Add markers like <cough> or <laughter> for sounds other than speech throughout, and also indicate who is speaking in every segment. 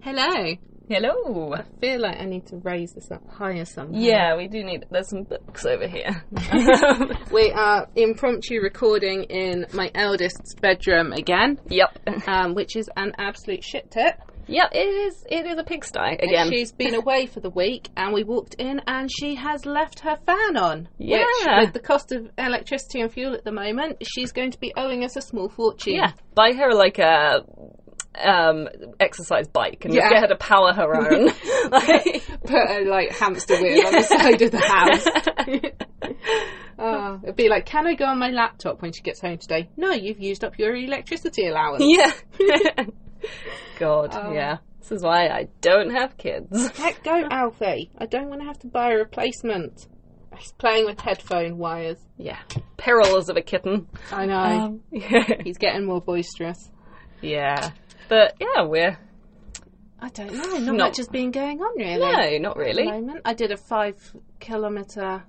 Speaker 1: Hello.
Speaker 2: Hello.
Speaker 1: I feel like I need to raise this up higher somehow.
Speaker 2: Yeah, we do need. There's some books over here.
Speaker 1: We are impromptu recording in my eldest's bedroom again,
Speaker 2: yep.
Speaker 1: um, which is an absolute shit tip.
Speaker 2: Yep. It is. It is a pigsty again.
Speaker 1: She's been away for the week, and we walked in, and she has left her fan on. Which,
Speaker 2: Yeah.
Speaker 1: with the cost of electricity and fuel at the moment, she's going to be owing us a small fortune.
Speaker 2: yeah. Buy her like a um exercise bike and
Speaker 1: Yeah.
Speaker 2: just get her to power her own. <laughs> like,
Speaker 1: Put a like hamster wheel
Speaker 2: <laughs>
Speaker 1: on the side of the house. Oh, it'd be like, can I go on my laptop when she gets home today? No, you've used up your electricity allowance.
Speaker 2: yeah. <laughs> God. Yeah. This is why I don't have kids.
Speaker 1: Let go, Alfie. I don't want to have to buy a replacement. He's playing with headphone wires.
Speaker 2: Yeah. Perils of a kitten.
Speaker 1: I know. He's getting more boisterous.
Speaker 2: <laughs> yeah. But yeah, we're
Speaker 1: I don't know. Not
Speaker 2: No.
Speaker 1: much has been going on really. At
Speaker 2: no, not
Speaker 1: the
Speaker 2: really.
Speaker 1: moment, I did a five kilometer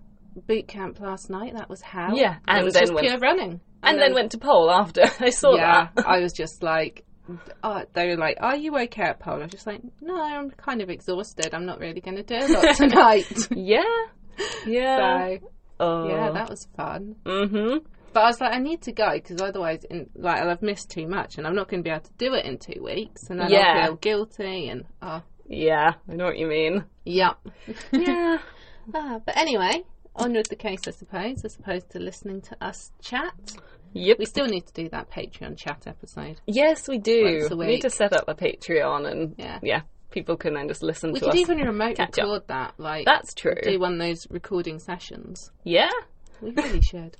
Speaker 1: boot camp last night. That was hell.
Speaker 2: Yeah,
Speaker 1: and it
Speaker 2: and
Speaker 1: was
Speaker 2: then
Speaker 1: just
Speaker 2: went-
Speaker 1: pure running.
Speaker 2: And then went to pole after. <laughs> I saw
Speaker 1: yeah,
Speaker 2: that.
Speaker 1: I was just like. Oh, they were like, "Are you okay at Paul?" I was just like, "No, I'm kind of exhausted. I'm not really going to do a <laughs> lot tonight." so,
Speaker 2: Yeah.
Speaker 1: <laughs>
Speaker 2: Yeah.
Speaker 1: yeah,
Speaker 2: oh.
Speaker 1: that was fun.
Speaker 2: Mhm.
Speaker 1: But I was like, I need to go because otherwise, in, like, I'll have missed too much, and I'm not going to be able to do it in two weeks, and then I'll
Speaker 2: Yeah.
Speaker 1: feel guilty, and oh,
Speaker 2: Yeah, I know what
Speaker 1: <laughs>
Speaker 2: you mean.
Speaker 1: yep.
Speaker 2: Yeah.
Speaker 1: Ah, but anyway, on with the case, I suppose, as opposed to listening to us chat.
Speaker 2: yep.
Speaker 1: We still need to do that Patreon chat episode.
Speaker 2: Yes, we do.
Speaker 1: Once a
Speaker 2: We need to
Speaker 1: week.
Speaker 2: set up a Patreon and
Speaker 1: Yeah.
Speaker 2: people can then just listen
Speaker 1: We
Speaker 2: to
Speaker 1: could
Speaker 2: us.
Speaker 1: even remote
Speaker 2: catch up.
Speaker 1: record that, like,
Speaker 2: That's true.
Speaker 1: do one of those recording sessions.
Speaker 2: Yeah.
Speaker 1: <laughs> We really should.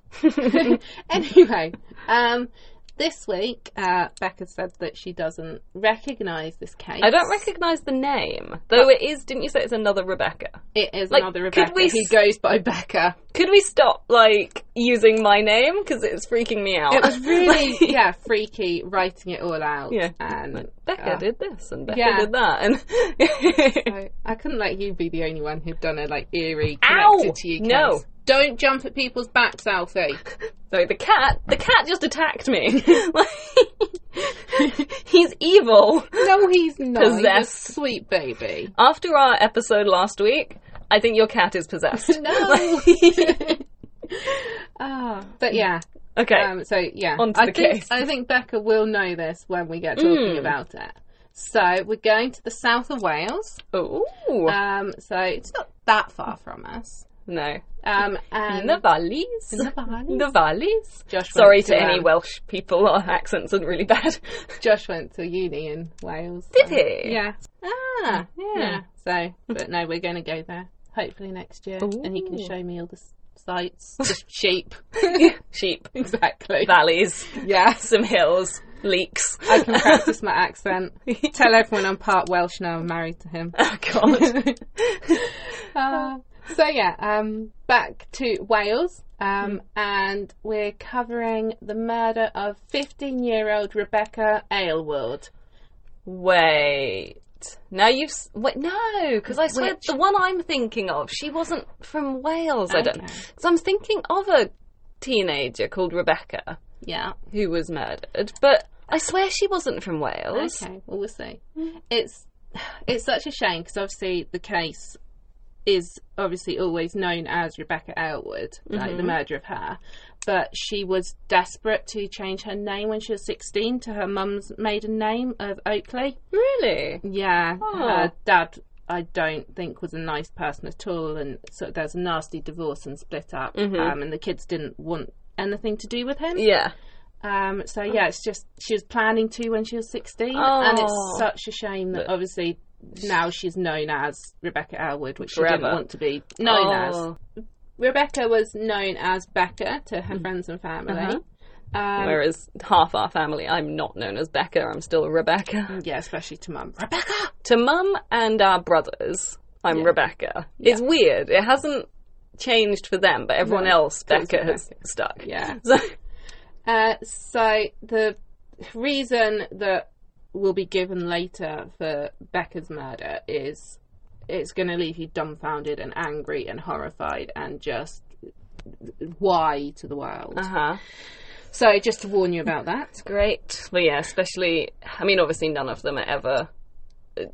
Speaker 1: anyway, um, this week, uh, Becca said that she doesn't recognise this case.
Speaker 2: I don't recognize the name. Though it is didn't you say it's another Rebecca?
Speaker 1: It is
Speaker 2: Like,
Speaker 1: another
Speaker 2: could
Speaker 1: Rebecca.
Speaker 2: we
Speaker 1: He
Speaker 2: s-
Speaker 1: goes by Becca.
Speaker 2: Could we stop like using my name because it's freaking me out.
Speaker 1: It was <laughs> really,
Speaker 2: <laughs>
Speaker 1: yeah, freaky writing it all out.
Speaker 2: Yeah.
Speaker 1: And
Speaker 2: Becca
Speaker 1: uh,
Speaker 2: did this and Becca
Speaker 1: yeah.
Speaker 2: did that and
Speaker 1: <laughs> I, I couldn't let you be the only one who'd done a like eerie
Speaker 2: Ow!
Speaker 1: connected to you. Case.
Speaker 2: No.
Speaker 1: Don't jump at people's backs, <laughs> Alfie.
Speaker 2: So the cat, the cat just attacked me. <laughs> Like, he's evil.
Speaker 1: No, he's not. He's a
Speaker 2: Possessed.
Speaker 1: sweet <laughs> baby.
Speaker 2: After our episode last week, I think your cat is possessed. <laughs>
Speaker 1: No. Ah, but yeah.
Speaker 2: Okay.
Speaker 1: Um, so yeah,
Speaker 2: On to
Speaker 1: I
Speaker 2: the
Speaker 1: think
Speaker 2: case.
Speaker 1: I think Becca will know this when we get talking about it. So we're going to the south of Wales.
Speaker 2: Ooh.
Speaker 1: Um, so it's not that far from us.
Speaker 2: no.
Speaker 1: <laughs> Um, and
Speaker 2: <laughs> the valleys.
Speaker 1: the Valleys.
Speaker 2: The valleys.
Speaker 1: Josh
Speaker 2: Sorry
Speaker 1: went
Speaker 2: to any
Speaker 1: um,
Speaker 2: Welsh people. Our accents are really bad. <laughs>
Speaker 1: Josh went to uni in Wales.
Speaker 2: Did
Speaker 1: so-
Speaker 2: he?
Speaker 1: Yeah. Ah, yeah.
Speaker 2: Yeah. <laughs>
Speaker 1: So, but no, we're going to go there hopefully next year, and he can
Speaker 2: Ooh.
Speaker 1: show me all the s-
Speaker 2: <laughs>
Speaker 1: sights, just sheep. <laughs>
Speaker 2: Sheep.
Speaker 1: exactly.
Speaker 2: Valleys.
Speaker 1: Yeah.
Speaker 2: Some hills. Leaks.
Speaker 1: I <laughs> can practice my accent. Tell everyone I'm part Welsh now. I'm married to
Speaker 2: <laughs>
Speaker 1: him.
Speaker 2: <laughs> oh God.
Speaker 1: <laughs> Uh,
Speaker 2: Ah.
Speaker 1: so yeah, um, back to Wales,
Speaker 2: Mm.
Speaker 1: um, and we're covering the murder of 15-year-old Rebecca Aylward.
Speaker 2: Wait. Now you've s- wait no, because I swear
Speaker 1: Which-
Speaker 2: the one I'm thinking of, she wasn't from Wales. I don't
Speaker 1: Okay.
Speaker 2: because I'm thinking of a teenager called Rebecca
Speaker 1: Yeah.
Speaker 2: who was murdered, but I swear she wasn't from Wales.
Speaker 1: Okay. Well, we'll see. It's it's such a shame because obviously the case is obviously always known as Rebecca Aylward, like the murder of her. But she was desperate to change her name when she was 16 to her mum's maiden name of Oakley.
Speaker 2: Really?
Speaker 1: Yeah,
Speaker 2: Oh.
Speaker 1: her dad, I don't think, was a nice person at all, and so there's a nasty divorce and split up, um, and the kids didn't want anything to do with him.
Speaker 2: Yeah.
Speaker 1: Um, so yeah, it's just she was planning to when she was sixteen,
Speaker 2: Oh.
Speaker 1: and it's such a shame that obviously now she's known as Rebecca Elwood, which she didn't
Speaker 2: Forever.
Speaker 1: want to be known as.
Speaker 2: Oh,
Speaker 1: Rebecca was known as Becca to
Speaker 2: Mm-hmm.
Speaker 1: her friends and family.
Speaker 2: Uh-huh.
Speaker 1: Um,
Speaker 2: Whereas half our family, I'm not known as Becca. I'm still Rebecca.
Speaker 1: yeah, especially to mum. Rebecca.
Speaker 2: To mum and our brothers, I'm Rebecca. It's weird. It hasn't changed for them, but everyone
Speaker 1: No, it's
Speaker 2: else, Becca has stuck.
Speaker 1: Yeah.
Speaker 2: <laughs> So,
Speaker 1: Uh, so the reason that will be given later for Becca's murder is it's going to leave you dumbfounded and angry and horrified and just why to the world.
Speaker 2: uh huh.
Speaker 1: So just to warn you about that.
Speaker 2: Great. But yeah, especially, I mean, obviously none of them are ever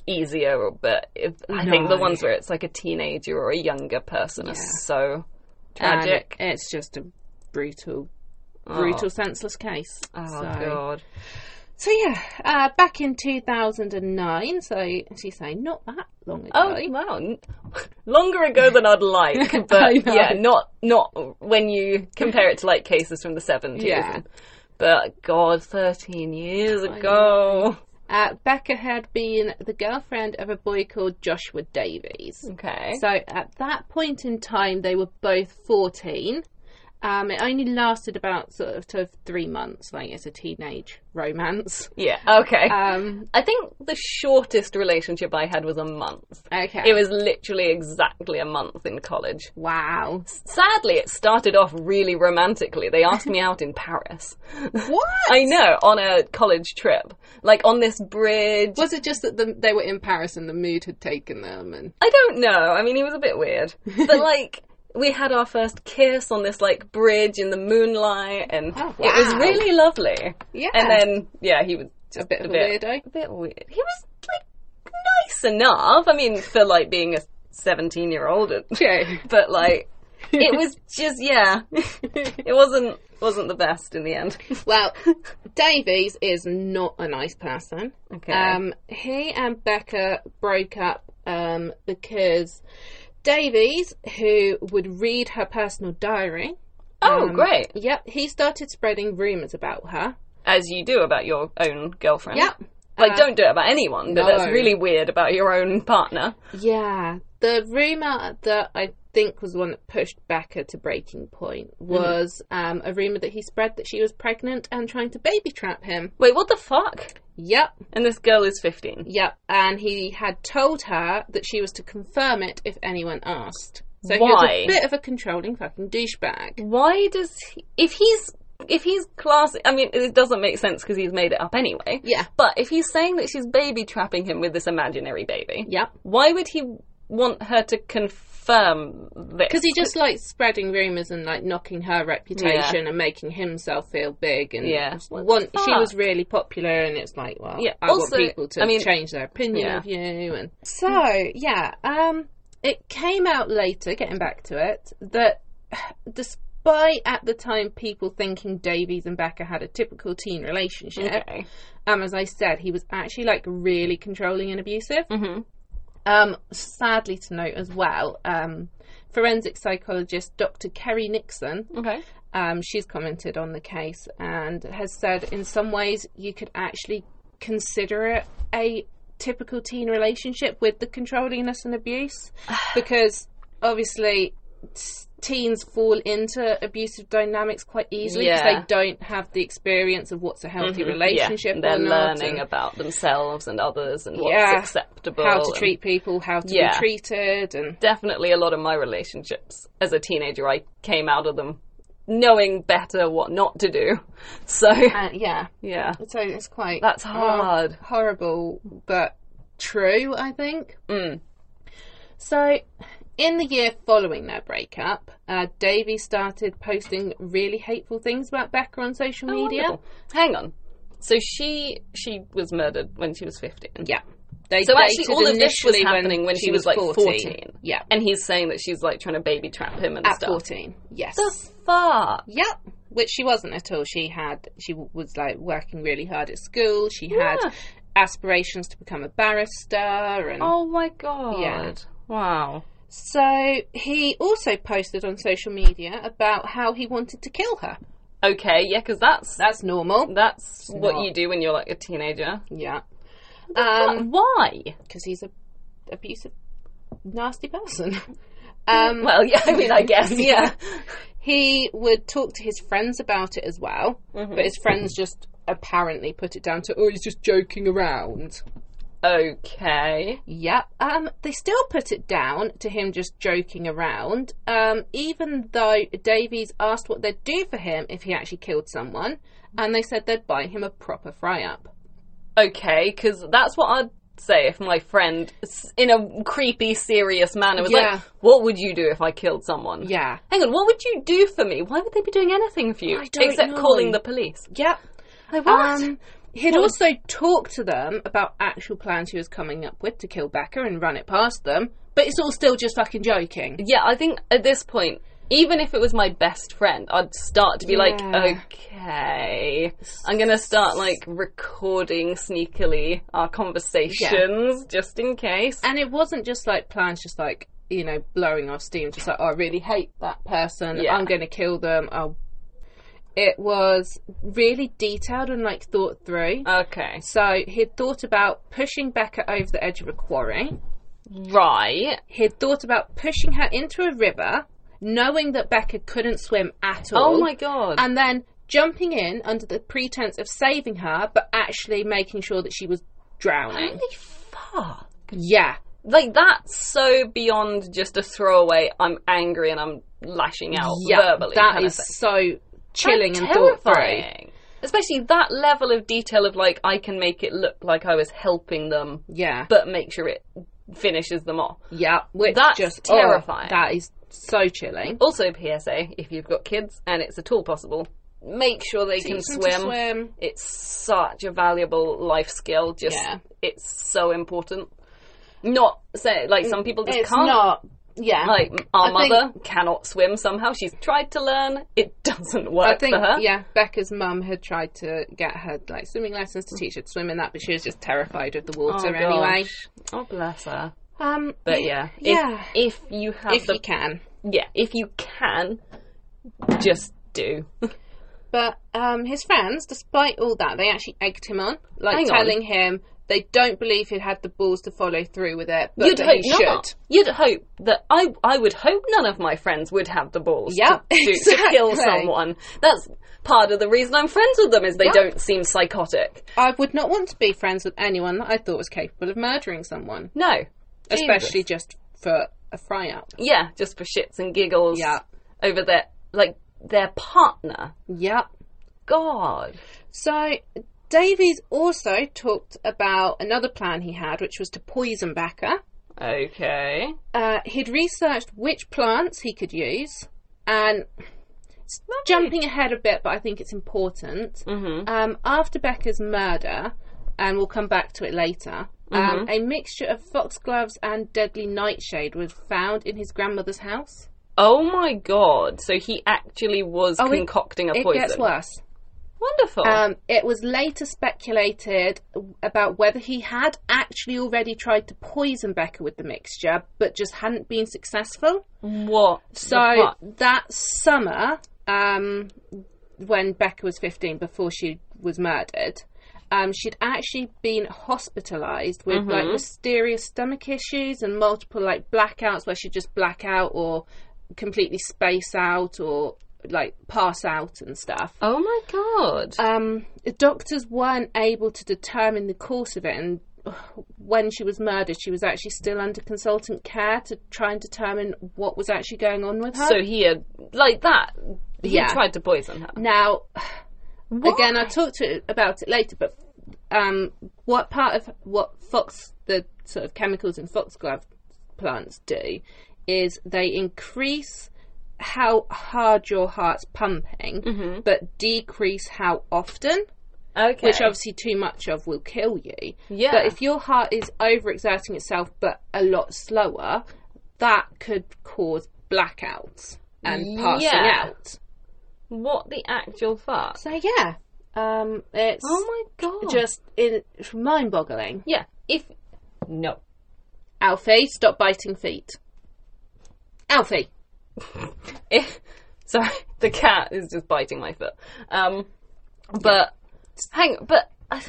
Speaker 2: easier, but if, I think the
Speaker 1: No.
Speaker 2: ones where it's like a teenager or a younger person
Speaker 1: Yeah.
Speaker 2: are so
Speaker 1: And
Speaker 2: <laughs> tragic.
Speaker 1: um, it's just a brutal,
Speaker 2: Oh.
Speaker 1: brutal, senseless case.
Speaker 2: Oh,
Speaker 1: so.
Speaker 2: god.
Speaker 1: So yeah, uh, back in 2009, so as you say, not that long ago.
Speaker 2: Oh wow, N- <laughs> longer ago than I'd
Speaker 1: <laughs>
Speaker 2: like,
Speaker 1: I
Speaker 2: but
Speaker 1: know.
Speaker 2: yeah, not not when you compare it to like cases from the seventies.
Speaker 1: Yeah.
Speaker 2: But God, thirteen years ago.
Speaker 1: Uh, Becca had been the girlfriend of a boy called Joshua Davies.
Speaker 2: Okay.
Speaker 1: So at that point in time, they were both 14. Um, it only lasted about sort of, sort of three months, like it's a teenage romance.
Speaker 2: yeah. Okay.
Speaker 1: Um,
Speaker 2: I think the shortest relationship I had was a month.
Speaker 1: okay.
Speaker 2: It was literally exactly a month in college.
Speaker 1: wow.
Speaker 2: Sadly, it started off really romantically. They asked me out
Speaker 1: <laughs>
Speaker 2: in Paris.
Speaker 1: What?
Speaker 2: <laughs> I know, on a college trip. Like on this bridge.
Speaker 1: Was it just that the, they were in Paris and the mood had taken them? And
Speaker 2: I don't know. I mean, he was a bit weird.
Speaker 1: <laughs>
Speaker 2: But like, we had our first kiss on this like bridge in the moonlight, and
Speaker 1: Oh,
Speaker 2: it was
Speaker 1: wow.
Speaker 2: really lovely.
Speaker 1: yeah,
Speaker 2: And then, yeah, he was
Speaker 1: a
Speaker 2: just
Speaker 1: bit of a weirdo.
Speaker 2: a bit weird. He was like nice enough. I mean, for like being a seventeen-year-old,
Speaker 1: Okay. <laughs>
Speaker 2: but like, it was just yeah, it wasn't wasn't the best in the end.
Speaker 1: <laughs> Well, Davies is not a nice person.
Speaker 2: Okay.
Speaker 1: Um, he and Becca broke up um, because Davies, who would read her personal diary,
Speaker 2: oh,
Speaker 1: um,
Speaker 2: great.
Speaker 1: Yep, he started spreading rumours about her.
Speaker 2: As you do about your own girlfriend.
Speaker 1: Yep.
Speaker 2: Like,
Speaker 1: Uh,
Speaker 2: don't do it about anyone, but that's
Speaker 1: no.
Speaker 2: really weird about your own partner.
Speaker 1: Yeah. The rumour that I think was the one that pushed Becca to breaking point was um, a rumour that he spread that she was pregnant and trying to baby trap him.
Speaker 2: Wait, what the fuck?
Speaker 1: Yep.
Speaker 2: And this girl is 15.
Speaker 1: Yep, and he had told her that she was to confirm it if anyone asked. So he was
Speaker 2: Why?
Speaker 1: a bit of a controlling fucking douchebag.
Speaker 2: Why does he, if he's if he's class I mean it doesn't make sense because he's made it up anyway.
Speaker 1: Yeah.
Speaker 2: But if he's saying that she's baby trapping him with this imaginary baby,
Speaker 1: Yep.
Speaker 2: why would he want her to confirm this?
Speaker 1: Because he just likes spreading rumours and like knocking her reputation and making himself feel big and
Speaker 2: Yeah.
Speaker 1: just
Speaker 2: What
Speaker 1: want
Speaker 2: the
Speaker 1: she was
Speaker 2: fuck?
Speaker 1: really popular and it's like, well,
Speaker 2: Yeah,
Speaker 1: I
Speaker 2: also,
Speaker 1: want people to
Speaker 2: I mean-
Speaker 1: change their opinion
Speaker 2: Yeah.
Speaker 1: of you and So, yeah, um it came out later, getting back to it, that <sighs> despite at the time people thinking Davies and Becca had a typical teen relationship,
Speaker 2: Okay.
Speaker 1: um, as I said, he was actually like really controlling and abusive.
Speaker 2: Mhm.
Speaker 1: Um, sadly to note as well, um, forensic psychologist Dr. Kerry Nixon,
Speaker 2: Okay.
Speaker 1: um, she's commented on the case and has said in some ways you could actually consider it a typical teen relationship with the controllingness and
Speaker 2: <sighs>
Speaker 1: abuse because obviously s- teens fall into abusive dynamics quite easily because
Speaker 2: Yeah. Mm-hmm.
Speaker 1: they don't have the experience of what's a healthy relationship
Speaker 2: yeah.
Speaker 1: or
Speaker 2: They're
Speaker 1: not,
Speaker 2: learning
Speaker 1: and-
Speaker 2: about themselves and others and what's
Speaker 1: Yeah.
Speaker 2: acceptable.
Speaker 1: how to
Speaker 2: and-
Speaker 1: treat people, how to
Speaker 2: Yeah.
Speaker 1: be treated, and
Speaker 2: definitely a lot of my relationships as a teenager I came out of them knowing better what not to do. <laughs> So
Speaker 1: uh, yeah.
Speaker 2: yeah.
Speaker 1: So it's quite
Speaker 2: That's
Speaker 1: oh,
Speaker 2: hard.
Speaker 1: horrible, but true. I think.
Speaker 2: Mm.
Speaker 1: So, in the year following their breakup, uh, Davy started posting really hateful things about Becca on social media.
Speaker 2: Oh, Wonderful. Hang on. So she she was murdered when she was fifteen.
Speaker 1: Yeah, they
Speaker 2: So actually
Speaker 1: dated
Speaker 2: all of this was
Speaker 1: initially
Speaker 2: happening when, she, was, like 14.
Speaker 1: Yeah,
Speaker 2: And he's saying that she's like trying to baby trap him and
Speaker 1: at
Speaker 2: stuff.
Speaker 1: fourteen. Yes.
Speaker 2: The fuck?
Speaker 1: Yep. Which she wasn't at all. She had, she w- was like working really hard at school. She
Speaker 2: Yeah.
Speaker 1: had aspirations to become a barrister. And
Speaker 2: Oh my god.
Speaker 1: Yeah.
Speaker 2: Wow.
Speaker 1: so he also posted on social media about how he wanted to kill her.
Speaker 2: Okay, yeah, because that's
Speaker 1: That's normal.
Speaker 2: that's what
Speaker 1: not-
Speaker 2: you do when you're like a teenager.
Speaker 1: Yeah.
Speaker 2: But
Speaker 1: Um,
Speaker 2: Mm. why?
Speaker 1: because he's a abusive, nasty person. <laughs> Um,
Speaker 2: Well, yeah, I mean, I
Speaker 1: <laughs>
Speaker 2: guess, yeah.
Speaker 1: he would talk to his friends about it as well, but his friends just apparently put it down to, oh, he's just joking around.
Speaker 2: Okay.
Speaker 1: Yeah. Um, they still put it down to him just joking around. Um, even though Davies asked what they'd do for him if he actually killed someone, and they said they'd buy him a proper fry up.
Speaker 2: Okay, because that's what I'd say if my friend, s- in a creepy, serious manner, was
Speaker 1: Yeah.
Speaker 2: like, What would you do if I killed someone?
Speaker 1: Yeah.
Speaker 2: Hang on, what would you do for me? Why would they be doing anything for you?
Speaker 1: I don't
Speaker 2: Except
Speaker 1: know.
Speaker 2: calling the police.
Speaker 1: Yep.
Speaker 2: Like, what?
Speaker 1: Um, He'd also talked to them about actual plans he was coming up with to kill Becca and run it past them, but it's all still just fucking joking.
Speaker 2: Yeah, I think at this point, even if it was my best friend, I'd start to be like,
Speaker 1: Yeah.
Speaker 2: okay, I'm gonna start like recording sneakily our conversations just in case.
Speaker 1: And it wasn't just like plans, just like, you know, blowing off steam, just like, oh, I really hate that person,
Speaker 2: Yeah.
Speaker 1: I'm going to kill them. Oh. It was really detailed and like thought through.
Speaker 2: Uh. Okay,
Speaker 1: so he'd thought about pushing Becca over the edge of a quarry.
Speaker 2: right.
Speaker 1: He'd thought about pushing her into a river, knowing that Becca couldn't swim at all.
Speaker 2: Oh my god.
Speaker 1: and then jumping in under the pretense of saving her, but actually making sure that she was drowning.
Speaker 2: Holy fuck.
Speaker 1: Yeah,
Speaker 2: Like that's so beyond just a throwaway. I'm angry and I'm lashing out
Speaker 1: yeah,
Speaker 2: verbally.
Speaker 1: that
Speaker 2: kind of
Speaker 1: is
Speaker 2: thing.
Speaker 1: so chilling
Speaker 2: That's
Speaker 1: and thought through.
Speaker 2: terrifying. Especially that level of detail of like I can make it look like I was helping them,
Speaker 1: Yeah,
Speaker 2: but make sure it finishes them off.
Speaker 1: yeah, which
Speaker 2: That's
Speaker 1: just oh,
Speaker 2: terrifying.
Speaker 1: that is so chilling.
Speaker 2: Also, PSA: if you've got kids and it's at all possible, make sure they can
Speaker 1: Teach them to
Speaker 2: swim. It's such a valuable life skill. Just
Speaker 1: Yeah.
Speaker 2: it's so important. Not say like some people just
Speaker 1: It's
Speaker 2: can't.
Speaker 1: not. Yeah,
Speaker 2: Like our
Speaker 1: I think-
Speaker 2: mother cannot swim somehow. She's tried to learn. It <laughs> doesn't work
Speaker 1: I think
Speaker 2: for her.
Speaker 1: yeah, Becca's mum had tried to get her like swimming lessons to teach her to swim in that, but she was just terrified of the
Speaker 2: Oh,
Speaker 1: water anyway.
Speaker 2: gosh. Oh bless her.
Speaker 1: Um,
Speaker 2: But yeah, if,
Speaker 1: yeah,
Speaker 2: if you have
Speaker 1: if
Speaker 2: the
Speaker 1: you can.
Speaker 2: yeah, if you can, just do.
Speaker 1: But um, his fans, despite all that, they actually egged him on, like
Speaker 2: Hang on.
Speaker 1: telling him they don't believe he'd had the balls to follow through with it, but
Speaker 2: You'd
Speaker 1: that
Speaker 2: hope
Speaker 1: he should.
Speaker 2: not. You'd hope that I I would hope none of my friends would have the balls
Speaker 1: Yeah, <laughs>
Speaker 2: to, do, to
Speaker 1: exactly.
Speaker 2: kill someone. That's part of the reason I'm friends with them is they don't seem psychotic.
Speaker 1: I would not want to be friends with anyone that I thought was capable of murdering someone,
Speaker 2: No,
Speaker 1: especially just for a fry up.
Speaker 2: yeah, just for shits and giggles.
Speaker 1: Yeah.
Speaker 2: over their like their partner.
Speaker 1: Yep.
Speaker 2: God,
Speaker 1: So Davies also talked about another plan he had, which was to poison Becca.
Speaker 2: okay,
Speaker 1: Uh, he'd researched which plants he could use, and it's jumping ahead a bit, but I think it's important. Um, after Becca's murder, and we'll come back to it later, um, a mixture of foxgloves and deadly nightshade was found in his grandmother's house.
Speaker 2: oh my God. So he actually was
Speaker 1: it-
Speaker 2: concocting a
Speaker 1: It
Speaker 2: poison.
Speaker 1: gets worse.
Speaker 2: Wonderful.
Speaker 1: Um, it was later speculated about whether he had actually already tried to poison Becca with the mixture, but just hadn't been successful.
Speaker 2: what? the
Speaker 1: So
Speaker 2: fuck?
Speaker 1: that summer, um, when Becca was 15, before she was murdered, um, she'd actually been hospitalized with like mysterious stomach issues and multiple like blackouts where she'd just black out or completely space out or like pass out and stuff.
Speaker 2: Oh my god.
Speaker 1: Um, the doctors weren't able to determine the cause of it, and when she was murdered, she was actually still under consultant care to try and determine what was actually going on with her.
Speaker 2: so he had, like that. He
Speaker 1: Yeah.
Speaker 2: tried to poison her.
Speaker 1: now, again, I talked to about it later, but um, what part of what fox the sort of chemicals in foxglove plants do is they increase how hard your heart's pumping,
Speaker 2: Mm-hmm.
Speaker 1: but decrease how often.
Speaker 2: Okay.
Speaker 1: which obviously too much of will kill you.
Speaker 2: Yeah.
Speaker 1: But if your heart is overexerting itself but a lot slower, that could cause blackouts and passing
Speaker 2: Yeah.
Speaker 1: out.
Speaker 2: what the actual fuck?
Speaker 1: So yeah, um, it's
Speaker 2: Oh my god.
Speaker 1: just in, it's mind-boggling.
Speaker 2: yeah. If no.
Speaker 1: Alfie, stop biting feet. Alfie,
Speaker 2: If Eh, sorry, the cat is just biting my foot. Um, but hang. But I,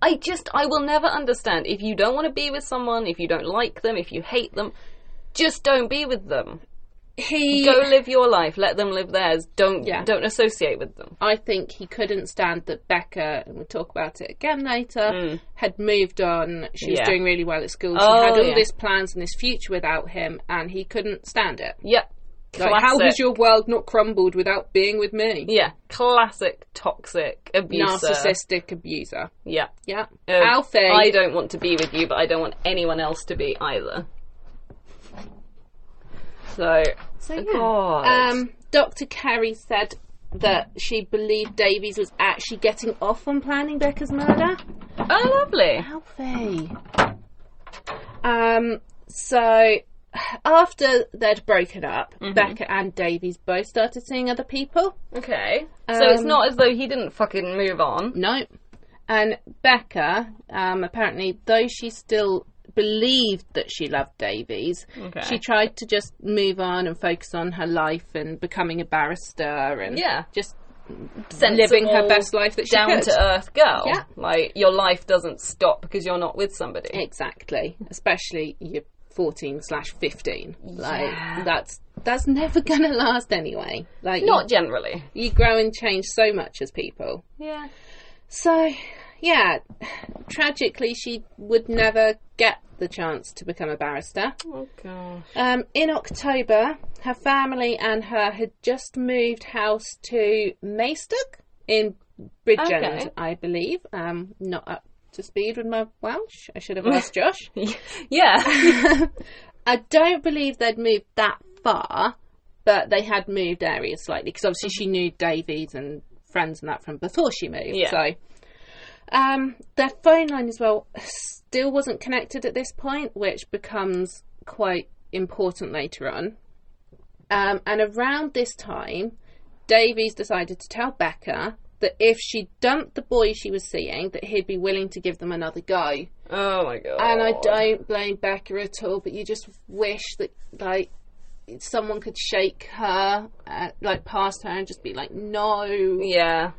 Speaker 2: I just I will never understand if you don't want to be with someone, if you don't like them, if you hate them. Just don't be with them.
Speaker 1: he.
Speaker 2: Go live your life. Let them live theirs. Don't
Speaker 1: Yeah.
Speaker 2: don't associate with them.
Speaker 1: I think he couldn't stand that Becca, and we'll talk about it again later, had moved on. She was
Speaker 2: Hmm. Yeah.
Speaker 1: doing really well at school. She
Speaker 2: Oh,
Speaker 1: had all
Speaker 2: yeah.
Speaker 1: these plans and this future without him, and he couldn't stand it.
Speaker 2: Yep.
Speaker 1: Like, how
Speaker 2: Classic.
Speaker 1: has your world not crumbled without being with me?
Speaker 2: Yeah, classic toxic abuser.
Speaker 1: Narcissistic abuser.
Speaker 2: Yeah.
Speaker 1: Yeah.
Speaker 2: Uh,
Speaker 1: Alfie.
Speaker 2: I don't want to be with you, but I don't want anyone else to be either. So,
Speaker 1: So,
Speaker 2: God.
Speaker 1: Um, Dr. Kerry said that she believed Davies was actually getting off on planning Becca's murder.
Speaker 2: Oh, lovely.
Speaker 1: Alfie. Um, so after they'd broken up,
Speaker 2: Mm-hmm.
Speaker 1: Becca and Davies both started seeing other people.
Speaker 2: Okay. so it's
Speaker 1: Um,
Speaker 2: not as though he didn't fucking move on.
Speaker 1: Nope. And Becca, um, apparently, though she still believed that she loved Davies,
Speaker 2: Okay.
Speaker 1: she tried to just move on and focus on her life and becoming a barrister and
Speaker 2: Yeah.
Speaker 1: just
Speaker 2: Sensible,
Speaker 1: living her best life that she
Speaker 2: down
Speaker 1: could.
Speaker 2: to earth girl.
Speaker 1: Yeah.
Speaker 2: Like your life doesn't stop because you're not with somebody.
Speaker 1: Exactly, especially you're 14 slash 15. Like
Speaker 2: Yeah.
Speaker 1: that's that's never <laughs> gonna last anyway. Like
Speaker 2: not generally.
Speaker 1: you, you grow and change so much as people.
Speaker 2: Yeah.
Speaker 1: So, yeah, tragically, she would never get the chance to become a barrister.
Speaker 2: Oh gosh.
Speaker 1: Um, in October, her family and her had just moved house to Maystock in Bridgend,
Speaker 2: Okay.
Speaker 1: I believe. Um, not up to speed with my Welsh. I should have asked Josh. <laughs>
Speaker 2: Yeah.
Speaker 1: I don't believe they'd moved that far, but they had moved areas slightly because obviously she knew Davies and friends and that from before she moved.
Speaker 2: Yeah.
Speaker 1: So um, their phone line as well still wasn't connected at this point, which becomes quite important later on. Um, and around this time, Davies decided to tell Becca that if she dumped the boy she was seeing, that he'd be willing to give them another go.
Speaker 2: oh my god.
Speaker 1: And I don't blame Becca at all, but you just wish that like someone could shake her uh, like past her and just be like, no.
Speaker 2: Yeah.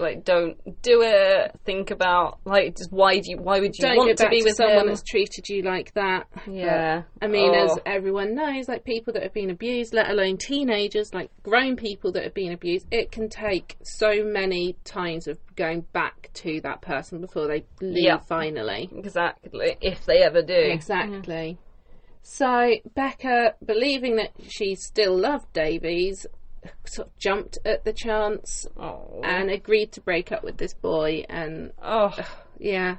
Speaker 2: Like don't do it. Think about like just why do you why would you
Speaker 1: Don't
Speaker 2: want
Speaker 1: go
Speaker 2: to
Speaker 1: back
Speaker 2: be
Speaker 1: to,
Speaker 2: with
Speaker 1: someone
Speaker 2: him?
Speaker 1: that's treated you like that.
Speaker 2: Yeah.
Speaker 1: But, I mean,
Speaker 2: Oh.
Speaker 1: as everyone knows, like people that have been abused, let alone teenagers, like grown people that have been abused, it can take so many times of going back to that person before they leave
Speaker 2: Yeah.
Speaker 1: finally.
Speaker 2: Exactly. If they ever do.
Speaker 1: Exactly. So Becca, believing that she still loved Davies, sort of jumped at the chance
Speaker 2: Oh.
Speaker 1: and agreed to break up with this boy. And
Speaker 2: oh.
Speaker 1: yeah.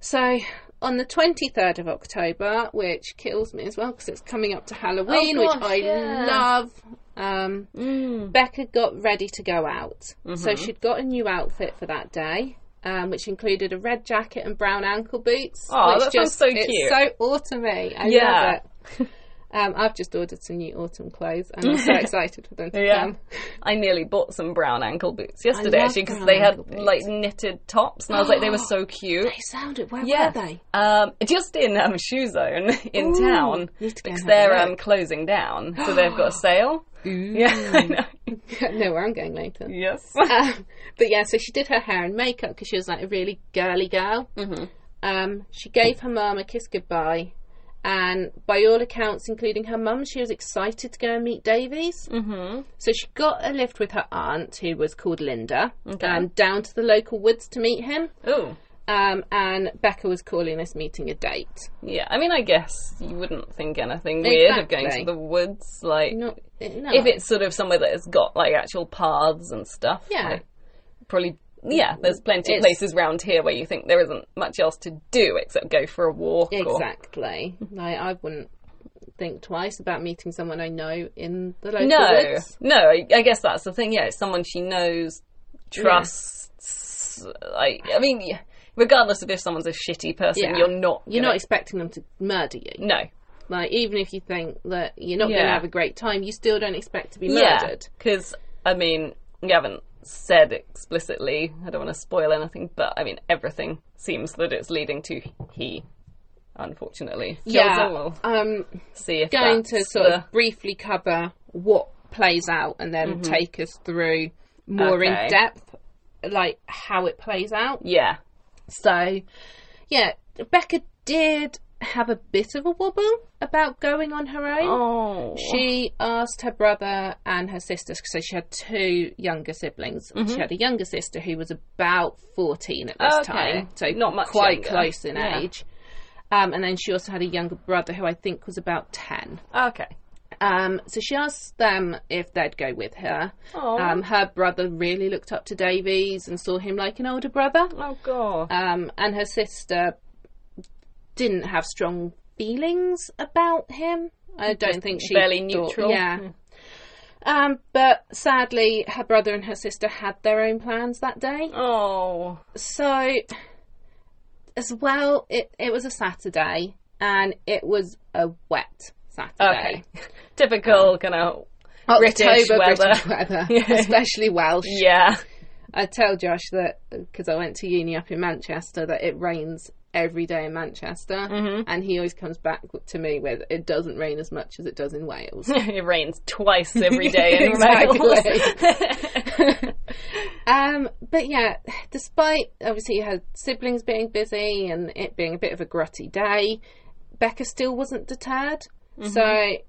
Speaker 1: So on the 23rd of October, which kills me as well because it's coming up to Halloween,
Speaker 2: Oh,
Speaker 1: which
Speaker 2: gosh,
Speaker 1: I
Speaker 2: yeah.
Speaker 1: love, um,
Speaker 2: Mm. Mm-hmm.
Speaker 1: Becca got ready to go out. So she'd got a new outfit for that day. Um, which included a red jacket and brown ankle boots.
Speaker 2: Aw,
Speaker 1: which
Speaker 2: that sounds so cute.
Speaker 1: It's so autumny. I
Speaker 2: Yeah.
Speaker 1: love it.
Speaker 2: <laughs>
Speaker 1: Um, I've just ordered some new autumn clothes, and I'm so excited for them to
Speaker 2: Yeah.
Speaker 1: come.
Speaker 2: I nearly bought some brown ankle boots yesterday
Speaker 1: love
Speaker 2: actually because
Speaker 1: brown
Speaker 2: they had
Speaker 1: ankle boots.
Speaker 2: like knitted tops and I was
Speaker 1: <gasps>
Speaker 2: like they were so cute.
Speaker 1: They sounded. Where
Speaker 2: Yeah.
Speaker 1: were they?
Speaker 2: Um, just in um, Shoe Zone <laughs> in
Speaker 1: Ooh,
Speaker 2: town
Speaker 1: need to go
Speaker 2: because
Speaker 1: and have a
Speaker 2: they're um,
Speaker 1: look.
Speaker 2: closing down, so
Speaker 1: <gasps>
Speaker 2: they've got a sale. Yeah, <laughs> I know.
Speaker 1: <laughs> no, where I'm going later.
Speaker 2: Yes.
Speaker 1: Um, but yeah, so she did her hair and makeup because she was like a really girly girl.
Speaker 2: Mhm.
Speaker 1: Um, she gave her mum a kiss goodbye, and by all accounts, including her mum, she was excited to go and meet Davies.
Speaker 2: hmm
Speaker 1: So she got a lift with her aunt, who was called Linda,
Speaker 2: Okay.
Speaker 1: um, down to the local woods to meet him.
Speaker 2: Oh,
Speaker 1: Um, and Becca was calling this meeting a date.
Speaker 2: yeah. I mean, I guess you wouldn't think anything weird of going to
Speaker 1: Exactly.
Speaker 2: the woods, like
Speaker 1: Not, eh, no.
Speaker 2: if it's sort of somewhere that has got like actual paths and stuff.
Speaker 1: Yeah.
Speaker 2: like, probably. Yeah, there's plenty of
Speaker 1: It's-
Speaker 2: places round here where you think there isn't much else to do except go for a walk. Or...
Speaker 1: Exactly.
Speaker 2: Mm-hmm.
Speaker 1: Like, I wouldn't think twice about meeting someone I know in the local
Speaker 2: No,
Speaker 1: woods.
Speaker 2: no. I, I guess that's the thing. Yeah, it's someone she knows, trusts. Like, I mean, yeah, regardless of if someone's a shitty person,
Speaker 1: Yeah.
Speaker 2: you're not.
Speaker 1: You're
Speaker 2: gonna-
Speaker 1: not expecting them to murder you.
Speaker 2: No.
Speaker 1: Like, even if you think that you're not going
Speaker 2: Yeah.
Speaker 1: to have a great time, you still don't expect to be
Speaker 2: Yeah.
Speaker 1: murdered.
Speaker 2: Because I mean, you haven't said explicitly. I don't want to spoil anything, but I mean, everything seems that it's leading to he. Unfortunately, Kills them. We'll
Speaker 1: Um,
Speaker 2: see if
Speaker 1: going
Speaker 2: that's
Speaker 1: to sort
Speaker 2: the- Mm-hmm.
Speaker 1: of briefly cover what plays out and then take us through more
Speaker 2: Okay.
Speaker 1: in depth, like how it plays out.
Speaker 2: yeah.
Speaker 1: So, yeah, Becca did have a bit of a wobble about going on her own.
Speaker 2: Oh,
Speaker 1: She asked her brother and her sister, so she had two younger siblings. She had a younger sister who was about 14 at this
Speaker 2: Mm-hmm. Okay.
Speaker 1: time, so
Speaker 2: Not much
Speaker 1: quite
Speaker 2: younger.
Speaker 1: close in
Speaker 2: Yeah.
Speaker 1: age. Um, and then she also had a younger brother who I think was about 10.
Speaker 2: okay.
Speaker 1: Um, so she asked them if they'd go with her.
Speaker 2: Oh,
Speaker 1: Um, her brother really looked up to Davies and saw him like an older brother.
Speaker 2: oh god.
Speaker 1: Um, and her sister didn't have strong feelings about him. I don't think she
Speaker 2: fairly
Speaker 1: thought-
Speaker 2: neutral. Hmm.
Speaker 1: Yeah. Um, but sadly, her brother and her sister had their own plans that day.
Speaker 2: Oh.
Speaker 1: So, as well, it, it was a Saturday and it was a wet Saturday. <laughs>
Speaker 2: Okay.
Speaker 1: um,
Speaker 2: Typical kind of. British
Speaker 1: October
Speaker 2: weather.
Speaker 1: British weather,
Speaker 2: <laughs> Yeah.
Speaker 1: especially Welsh.
Speaker 2: Yeah. <laughs>
Speaker 1: I tell Josh that because I went to uni up in Manchester that it rains every day in Manchester, and he always comes back to me with it doesn't rain as much as it does in Wales. <laughs>
Speaker 2: it rains twice every day in Wales.
Speaker 1: Um, but yeah, despite obviously her siblings being busy and it being a bit of a grotty day, Becca still wasn't deterred. So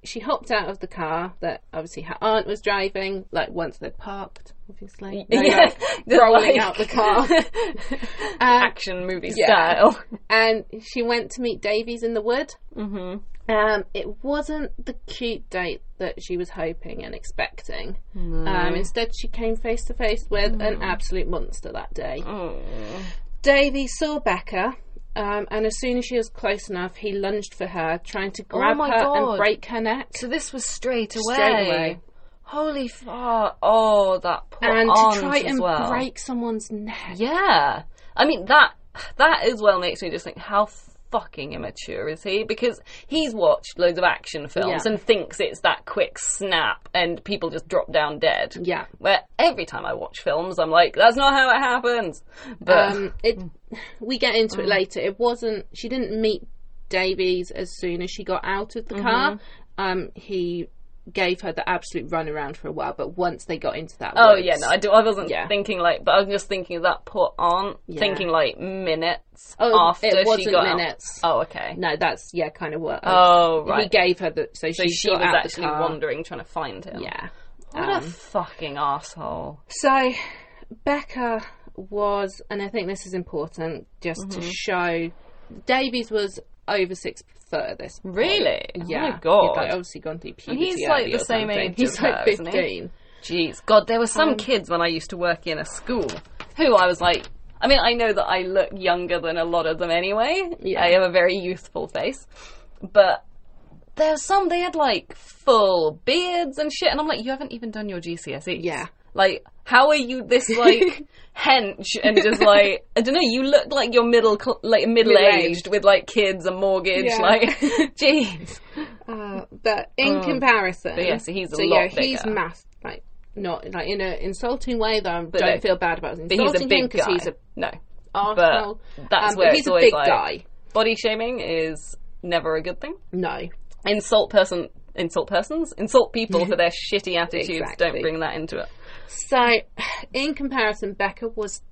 Speaker 1: she hopped out of the car that obviously her aunt was driving, like once they'd parked, obviously. No,
Speaker 2: yeah.
Speaker 1: like, rolling out the car. Um,
Speaker 2: <laughs> Action movie
Speaker 1: Yeah.
Speaker 2: style.
Speaker 1: and she went to meet Davies in the wood.
Speaker 2: hmm
Speaker 1: Um, it wasn't the cute date that she was hoping and expecting. Um, instead, she came face to face with an absolute monster that day.
Speaker 2: Oh.
Speaker 1: Davy saw Becca, um, and as soon as she was close enough, he lunged for her, trying to grab
Speaker 2: Oh my
Speaker 1: her
Speaker 2: God.
Speaker 1: and break her neck.
Speaker 2: So this was straight away.
Speaker 1: Straight away.
Speaker 2: Holy fuck. Oh, that poor
Speaker 1: And
Speaker 2: aunt
Speaker 1: to try
Speaker 2: as
Speaker 1: and
Speaker 2: well.
Speaker 1: break someone's neck.
Speaker 2: Yeah. I mean, that that as well makes me just think, how fucking immature is he? Because he's watched loads of action films
Speaker 1: Yeah.
Speaker 2: and thinks it's that quick snap and people just drop down dead.
Speaker 1: Yeah.
Speaker 2: Where every time I watch films, I'm like, that's not how it happens. But hmm.
Speaker 1: Um, it, we get into it later. It wasn't. She didn't meet Davies as soon as she got out of the car.
Speaker 2: Mm-hmm.
Speaker 1: Um, he gave her the absolute runaround for a while, but once they got into that,
Speaker 2: Oh
Speaker 1: woods-
Speaker 2: yeah, no, I do. I wasn't
Speaker 1: Yeah.
Speaker 2: thinking like, but I was just thinking of that poor aunt, thinking like minutes
Speaker 1: Oh,
Speaker 2: after
Speaker 1: it wasn't
Speaker 2: she got out.
Speaker 1: minutes.
Speaker 2: Oh okay.
Speaker 1: No, that's yeah, kind of what.
Speaker 2: Oh
Speaker 1: He
Speaker 2: right.
Speaker 1: gave her the so,
Speaker 2: so
Speaker 1: she,
Speaker 2: she
Speaker 1: got
Speaker 2: was
Speaker 1: out the
Speaker 2: actually
Speaker 1: car.
Speaker 2: wandering, trying to find him.
Speaker 1: Yeah. Um,
Speaker 2: What a fucking asshole.
Speaker 1: So Becca was, and I think this is important just to
Speaker 2: Mm-hmm.
Speaker 1: show Davies was over six foot at this. point.
Speaker 2: Really?
Speaker 1: Yeah,
Speaker 2: Oh my god.
Speaker 1: He'd, like, obviously gone through puberty.
Speaker 2: he's, like,
Speaker 1: early
Speaker 2: the
Speaker 1: or
Speaker 2: same
Speaker 1: something.
Speaker 2: age
Speaker 1: He's
Speaker 2: as
Speaker 1: like
Speaker 2: her, isn't he?
Speaker 1: fifteen.
Speaker 2: Jeez, God, there were some
Speaker 1: Um,
Speaker 2: kids when I used to work in a school who I was like, I mean, I know that I look younger than a lot of them anyway.
Speaker 1: Yeah.
Speaker 2: I have a very youthful face, but there were some they had like full beards and shit, and I'm like, you haven't even done your GCSEs.
Speaker 1: Yeah.
Speaker 2: Like, how are you
Speaker 1: <laughs>
Speaker 2: this like hench and just like I don't know? You look like you're middle cl- like middle aged
Speaker 1: Middle-aged.
Speaker 2: with like kids and mortgage.
Speaker 1: Yeah. <laughs>
Speaker 2: Like, <laughs> jeez.
Speaker 1: Uh, but in
Speaker 2: Oh.
Speaker 1: comparison,
Speaker 2: yeah, so he's a
Speaker 1: so
Speaker 2: lot
Speaker 1: yeah, he's
Speaker 2: bigger.
Speaker 1: mass like not like in an insulting way though. I don't
Speaker 2: like-
Speaker 1: feel bad about
Speaker 2: But
Speaker 1: insulting
Speaker 2: he's a big
Speaker 1: him because
Speaker 2: guy.
Speaker 1: he's a
Speaker 2: no.
Speaker 1: arsehole.
Speaker 2: that's
Speaker 1: um,
Speaker 2: where
Speaker 1: but he's
Speaker 2: it's
Speaker 1: a
Speaker 2: always
Speaker 1: big
Speaker 2: like-
Speaker 1: guy.
Speaker 2: body shaming is never a good thing.
Speaker 1: No,
Speaker 2: Insult person, insult persons, insult people for their
Speaker 1: <laughs>
Speaker 2: shitty attitudes. Don't
Speaker 1: Exactly.
Speaker 2: bring that into it.
Speaker 1: So, <sighs> in comparison, Becca was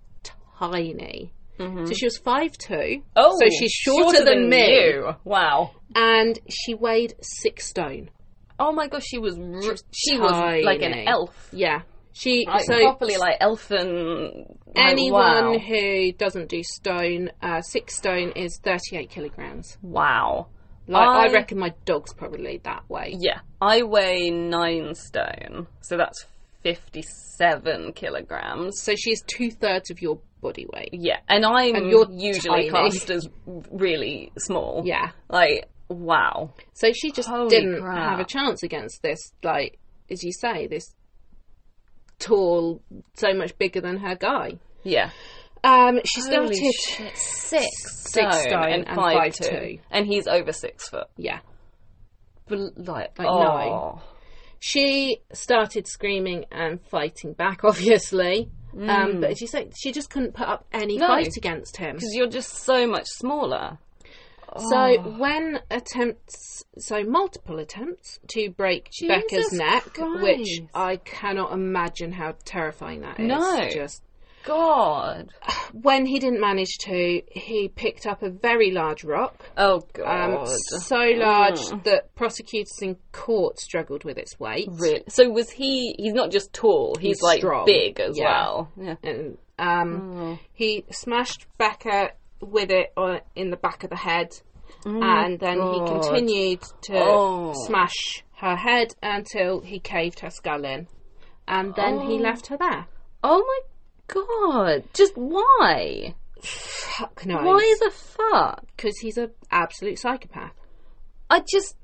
Speaker 1: tiny. So she was five two.
Speaker 2: Mm-hmm. Oh,
Speaker 1: so she's shorter, than, me,
Speaker 2: you. Wow.
Speaker 1: and she weighed six stone.
Speaker 2: Oh my gosh, she was r- she was, like an
Speaker 1: tiny.
Speaker 2: elf.
Speaker 1: Yeah, she
Speaker 2: Like
Speaker 1: so
Speaker 2: properly like elfin. like,
Speaker 1: anyone
Speaker 2: wow.
Speaker 1: who doesn't do stone, uh, six stone is thirty eight kilograms.
Speaker 2: wow.
Speaker 1: Like I...
Speaker 2: I-
Speaker 1: reckon my dog's probably that way.
Speaker 2: Yeah, I weigh nine stone, so that's fifty-seven kilograms.
Speaker 1: So she's two thirds of your body weight.
Speaker 2: Yeah, and I'm
Speaker 1: you're tiny.
Speaker 2: usually classed as really small.
Speaker 1: Yeah.
Speaker 2: like wow.
Speaker 1: So she just
Speaker 2: Holy
Speaker 1: didn't
Speaker 2: crap.
Speaker 1: have a chance against this, like, as you say, this tall, so much bigger than her guy.
Speaker 2: Yeah.
Speaker 1: Um, she
Speaker 2: Holy
Speaker 1: started.
Speaker 2: shit. Six
Speaker 1: stone
Speaker 2: and,
Speaker 1: and
Speaker 2: five,
Speaker 1: five
Speaker 2: two.
Speaker 1: two.
Speaker 2: And he's over six foot.
Speaker 1: Yeah.
Speaker 2: Bl- Like,
Speaker 1: Like
Speaker 2: oh.
Speaker 1: She started screaming and fighting back, <laughs> obviously. Um, but as you say, she just couldn't put up any
Speaker 2: Mm. No.
Speaker 1: fight against him.
Speaker 2: Because you're just so much smaller.
Speaker 1: So
Speaker 2: Oh.
Speaker 1: when attempts, so multiple attempts to break Becca's neck, which
Speaker 2: Christ.
Speaker 1: I cannot imagine how terrifying that is.
Speaker 2: No.
Speaker 1: Just
Speaker 2: God.
Speaker 1: when he didn't manage to, he picked up a very large rock.
Speaker 2: Oh,
Speaker 1: Um,
Speaker 2: God. Mm.
Speaker 1: so large that prosecutors in court struggled with its weight.
Speaker 2: Really? So was he? He's not just tall. He's,
Speaker 1: He's
Speaker 2: like
Speaker 1: strong.
Speaker 2: big as
Speaker 1: Yeah.
Speaker 2: well. Yeah.
Speaker 1: And um,
Speaker 2: Oh.
Speaker 1: he smashed Becca with it on, in the back of the head, and then he
Speaker 2: Oh God.
Speaker 1: continued to
Speaker 2: Oh.
Speaker 1: smash her head until he caved her skull in, and then he left her there.
Speaker 2: Oh my God. Just why?
Speaker 1: Fuck no,
Speaker 2: Why the fuck?
Speaker 1: because he's an absolute psychopath.
Speaker 2: I just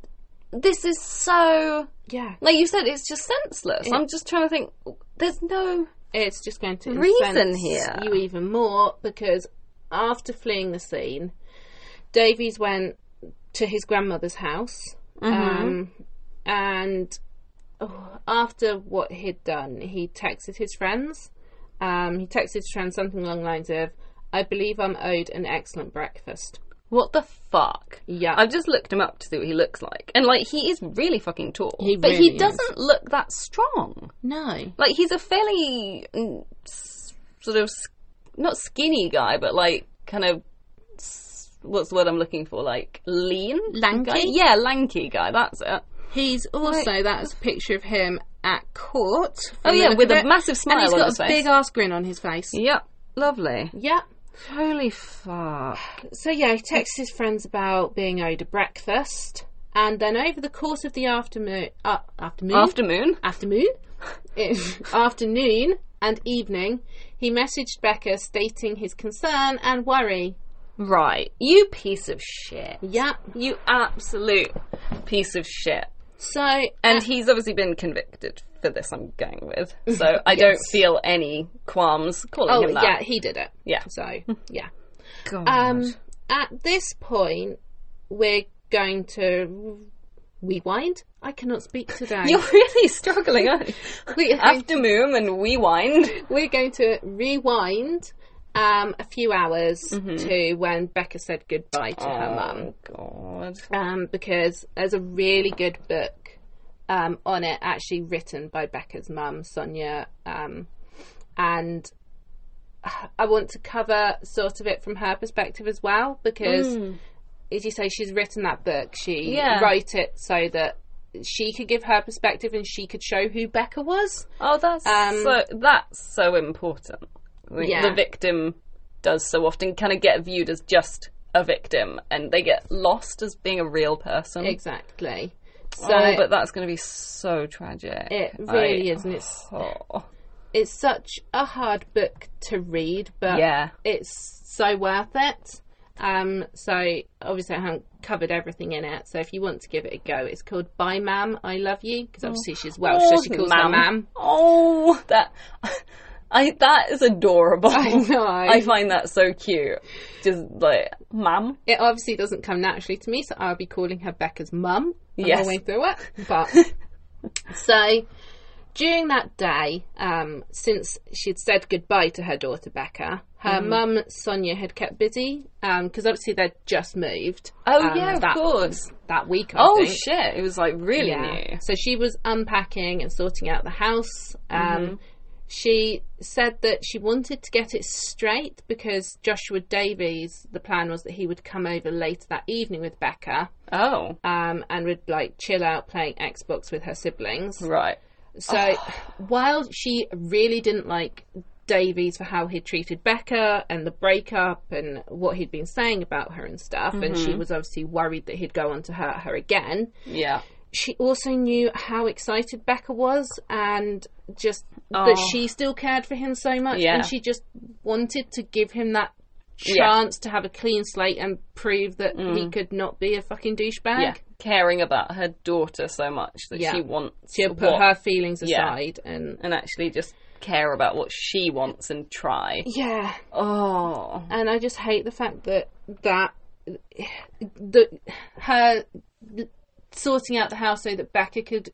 Speaker 2: this is so
Speaker 1: Yeah.
Speaker 2: like you said, it's just senseless. I'm just trying to think. There's no
Speaker 1: It's just going to
Speaker 2: Reason
Speaker 1: incense
Speaker 2: here.
Speaker 1: you even more because after fleeing the scene, Davies went to his grandmother's house,
Speaker 2: Mm-hmm.
Speaker 1: um, and oh, after what he'd done, he texted his friends. Um, he texted his friends something along the lines of, "I believe I'm owed an excellent breakfast."
Speaker 2: what the fuck.
Speaker 1: Yeah,
Speaker 2: I've just looked him up to see what he looks like, and like he is really fucking tall,
Speaker 1: He
Speaker 2: but
Speaker 1: really
Speaker 2: he
Speaker 1: is.
Speaker 2: doesn't look that strong.
Speaker 1: no.
Speaker 2: Like he's a fairly mm, s- sort of s- not skinny guy, but like kind of s- what's the word I'm looking for? Like lean,
Speaker 1: Lanky?
Speaker 2: guy? Yeah, lanky guy. That's it.
Speaker 1: He's also that's a picture of him at court.
Speaker 2: Oh,
Speaker 1: from the
Speaker 2: yeah,
Speaker 1: look
Speaker 2: with
Speaker 1: of
Speaker 2: a
Speaker 1: it.
Speaker 2: massive smile
Speaker 1: and he's
Speaker 2: on
Speaker 1: got
Speaker 2: his
Speaker 1: a
Speaker 2: face.
Speaker 1: big ass grin on his face.
Speaker 2: Yep, lovely.
Speaker 1: Yeah.
Speaker 2: Holy fuck!
Speaker 1: So yeah, he texts his friends about being owed a breakfast, and then over the course of the afternoon, uh, afternoon,
Speaker 2: Afternoon.
Speaker 1: afternoon, <laughs> afternoon and evening, he messaged Becca stating his concern and worry.
Speaker 2: Right, you piece of shit.
Speaker 1: Yeah.
Speaker 2: You absolute piece of shit.
Speaker 1: So
Speaker 2: And he's obviously been convicted for this, I'm going with. So I don't feel any qualms calling
Speaker 1: Mm-hmm. oh
Speaker 2: him that.
Speaker 1: yeah, he did it.
Speaker 2: Yeah. Oh,
Speaker 1: So
Speaker 2: <laughs>
Speaker 1: yeah.
Speaker 2: God.
Speaker 1: Um, at this point, we're going to rewind. I cannot speak today.
Speaker 2: <laughs> <laughs> You're really struggling, aren't you?
Speaker 1: <laughs> We-
Speaker 2: After Moom and We Wind.
Speaker 1: we're going to rewind um, a few hours
Speaker 2: Mm-hmm.
Speaker 1: to when Becca said goodbye to her mum,
Speaker 2: Oh, God.
Speaker 1: um, because there's a really good book um, on it, actually written by Becca's mum, Sonia, um, and I want to cover sort of it from her perspective as well, because as you say, she's written that book. She
Speaker 2: Mm. Yeah.
Speaker 1: wrote it so that she could give her perspective and she could show who Becca was.
Speaker 2: Oh, that's
Speaker 1: Um,
Speaker 2: so that's so important. I think
Speaker 1: Yeah.
Speaker 2: The victim does so often kind of get viewed as just a victim, and they get lost as being a real person.
Speaker 1: Exactly. So,
Speaker 2: Mm. oh, but that's going to be so tragic.
Speaker 1: It
Speaker 2: I-
Speaker 1: really is, and it's-
Speaker 2: oh,
Speaker 1: it's such a hard book to read, but
Speaker 2: yeah.
Speaker 1: it's so worth it. Um, so obviously I haven't covered everything in it. So if you want to give it a go, it's called "Bye, Mam, I Love You" because obviously she's Welsh, so she calls her Mam.
Speaker 2: Oh, that <laughs> I that is adorable.
Speaker 1: <laughs> I know.
Speaker 2: <laughs> I find that so cute. Just like ma'am.
Speaker 1: it obviously doesn't come naturally to me, so I'll be calling her Becca's mum the whole
Speaker 2: Yes.
Speaker 1: way through
Speaker 2: <laughs>
Speaker 1: it. But so during that day, um, since she'd said goodbye to her daughter Becca, her
Speaker 2: Mm-hmm.
Speaker 1: mum Sonia had kept busy because obviously they'd just moved.
Speaker 2: Oh
Speaker 1: um,
Speaker 2: yeah, of
Speaker 1: that,
Speaker 2: course.
Speaker 1: That week, I
Speaker 2: Oh
Speaker 1: think.
Speaker 2: shit! It was like really new.
Speaker 1: So she was unpacking and sorting out the house. Um, She said that she wanted to get it straight because Joshua Davies, the plan was that he would come over later that evening with Becca
Speaker 2: Oh
Speaker 1: um, and would like chill out playing Xbox with her siblings.
Speaker 2: right.
Speaker 1: So while she really didn't like Davies for how he'd treated Becca and the breakup and what he'd been saying about her and stuff, and she was obviously worried that he'd go on to hurt her again,
Speaker 2: Yeah.
Speaker 1: she also knew how excited Becca was and just
Speaker 2: Oh.
Speaker 1: that she still cared for him so much
Speaker 2: Yeah.
Speaker 1: and she just wanted to give him that
Speaker 2: Yeah. Mm.
Speaker 1: chance to have a clean slate and prove that he could not be a fucking douchebag.
Speaker 2: Yeah. Caring about her daughter so much that
Speaker 1: Yeah.
Speaker 2: she wants
Speaker 1: She'll put
Speaker 2: what-
Speaker 1: her feelings
Speaker 2: Yeah.
Speaker 1: aside and
Speaker 2: and actually just care about what she wants and try.
Speaker 1: yeah,
Speaker 2: Oh.
Speaker 1: and I just hate the fact that that the her sorting out the house so that Becca could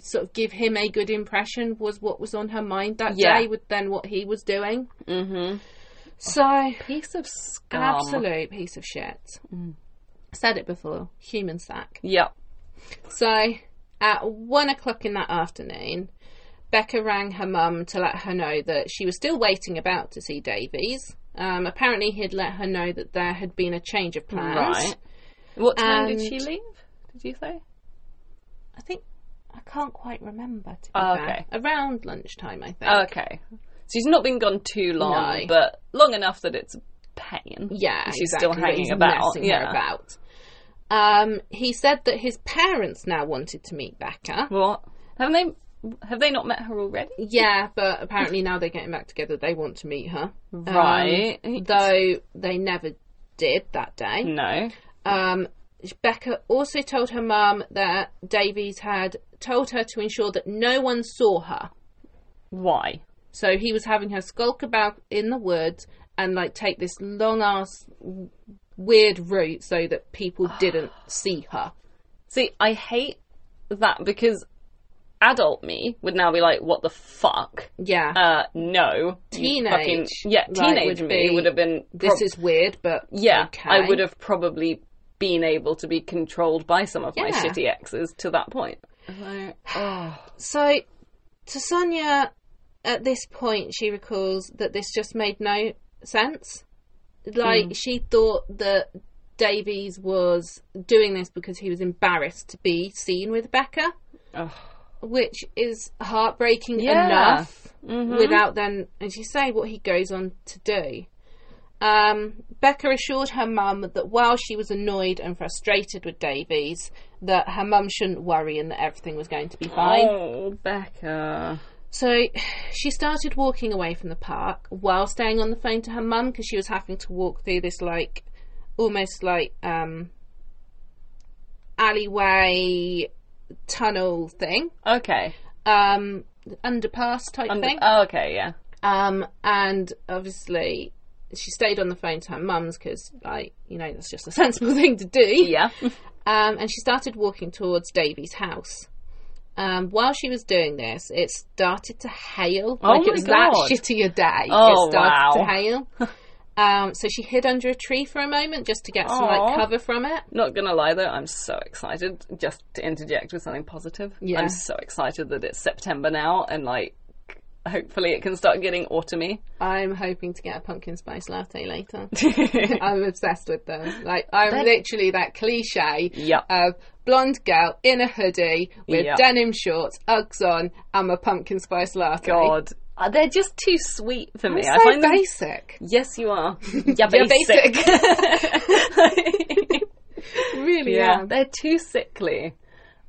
Speaker 1: sort of give him a good impression was what was on her mind that
Speaker 2: Yeah.
Speaker 1: day with then what he was doing. Mm-hmm. So
Speaker 2: Piece of scum. Mm.
Speaker 1: absolute piece of shit. Said it before, human sack.
Speaker 2: Yep.
Speaker 1: So at one o'clock in that afternoon, Becca rang her mum to let her know that she was still waiting about to see Davies. Um, apparently, he'd let her know that there had been a change of plans.
Speaker 2: Right. What time did
Speaker 1: And-
Speaker 2: she leave? Did you say?
Speaker 1: I think I can't quite remember. To be
Speaker 2: Oh,
Speaker 1: fair. around lunchtime, I think.
Speaker 2: Okay. So she's not been gone too long,
Speaker 1: No.
Speaker 2: but long enough that it's a pain.
Speaker 1: yeah,
Speaker 2: She's
Speaker 1: exactly,
Speaker 2: still
Speaker 1: that
Speaker 2: hanging
Speaker 1: he's
Speaker 2: about.
Speaker 1: messing her
Speaker 2: Yeah.
Speaker 1: about. Um, he said that his parents now wanted to meet Becca.
Speaker 2: What? Have they have they not met her already?
Speaker 1: Yeah, but apparently now they're getting back together. They want to meet her, Um,
Speaker 2: Right.
Speaker 1: though they never did that day.
Speaker 2: No.
Speaker 1: Um, Becca also told her mum that Davies had told her to ensure that no one saw her.
Speaker 2: Why?
Speaker 1: So he was having her skulk about in the woods and like take this long ass weird route so that people
Speaker 2: <sighs>
Speaker 1: didn't see her.
Speaker 2: See, I hate that because adult me would now be like, what the fuck?
Speaker 1: Yeah.
Speaker 2: Uh, no. You
Speaker 1: Teenage,
Speaker 2: fucking- yeah,
Speaker 1: like,
Speaker 2: teenage
Speaker 1: would
Speaker 2: me
Speaker 1: be,
Speaker 2: would have been.
Speaker 1: this
Speaker 2: prob-
Speaker 1: is weird, but
Speaker 2: Yeah,
Speaker 1: okay.
Speaker 2: I would have probably been able to be controlled by some of my
Speaker 1: Yeah. Oh,
Speaker 2: shitty exes to that point.
Speaker 1: <sighs> So, to Sonia, at this point, she recalls that this just made no sense. Like, she thought that Davies was doing this because he was embarrassed to be seen with Becca,
Speaker 2: Ugh.
Speaker 1: which is heartbreaking
Speaker 2: Yeah.
Speaker 1: enough without then, as you say, what he goes on to do. Um, Becca assured her mum that while she was annoyed and frustrated with Davies, that her mum shouldn't worry and that everything was going to be fine.
Speaker 2: Oh, Becca.
Speaker 1: So she started walking away from the park while staying on the phone to her mum because she was having to walk through this like almost like um alleyway tunnel thing.
Speaker 2: Okay.
Speaker 1: Um underpass type
Speaker 2: Under-
Speaker 1: thing.
Speaker 2: oh, okay, yeah.
Speaker 1: Um and obviously she stayed on the phone to her mum's because like you know that's just a <laughs> sensible thing to do
Speaker 2: Yeah. <laughs>
Speaker 1: um, and she started walking towards Davy's house. Um, while she was doing this, it started to hail. like
Speaker 2: Oh my
Speaker 1: it was
Speaker 2: God.
Speaker 1: that shitty a day.
Speaker 2: Oh,
Speaker 1: it started
Speaker 2: wow.
Speaker 1: to hail.
Speaker 2: <laughs>
Speaker 1: Um, so she hid under a tree for a moment just to get some
Speaker 2: Aw.
Speaker 1: like cover from it.
Speaker 2: Not gonna lie though, I'm so excited. Just to interject with something positive,
Speaker 1: Yeah.
Speaker 2: I'm so excited that it's September now, and like, hopefully it can start getting autumny.
Speaker 1: I'm hoping to get a pumpkin spice latte
Speaker 2: <laughs>
Speaker 1: later. I'm obsessed with them. Like I'm literally that cliche
Speaker 2: Yep.
Speaker 1: of blonde girl in a hoodie with
Speaker 2: Yep.
Speaker 1: denim shorts, Uggs on, and a pumpkin spice latte.
Speaker 2: God, Uh, they're just too sweet for me.
Speaker 1: so
Speaker 2: I find them.
Speaker 1: basic.
Speaker 2: Yes, you <laughs> are. <laughs> Yeah,
Speaker 1: You're
Speaker 2: basic.
Speaker 1: Really,
Speaker 2: yeah,
Speaker 1: am.
Speaker 2: they're too sickly.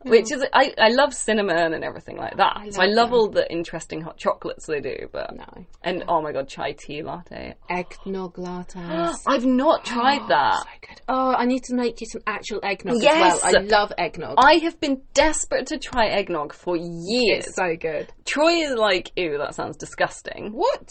Speaker 2: Which is, I, I love cinnamon and everything like that. I so I love all the interesting hot chocolates they do, but
Speaker 1: No.
Speaker 2: and oh my god, chai tea latte.
Speaker 1: Eggnog lattes.
Speaker 2: <gasps> I've not <gasps> tried that.
Speaker 1: so good. Oh, I need to make you some actual eggnog
Speaker 2: Yes! Oh,
Speaker 1: as well. I love eggnog.
Speaker 2: I have been desperate to try eggnog for years.
Speaker 1: it's so good.
Speaker 2: Troy is like, ew, that sounds disgusting.
Speaker 1: What?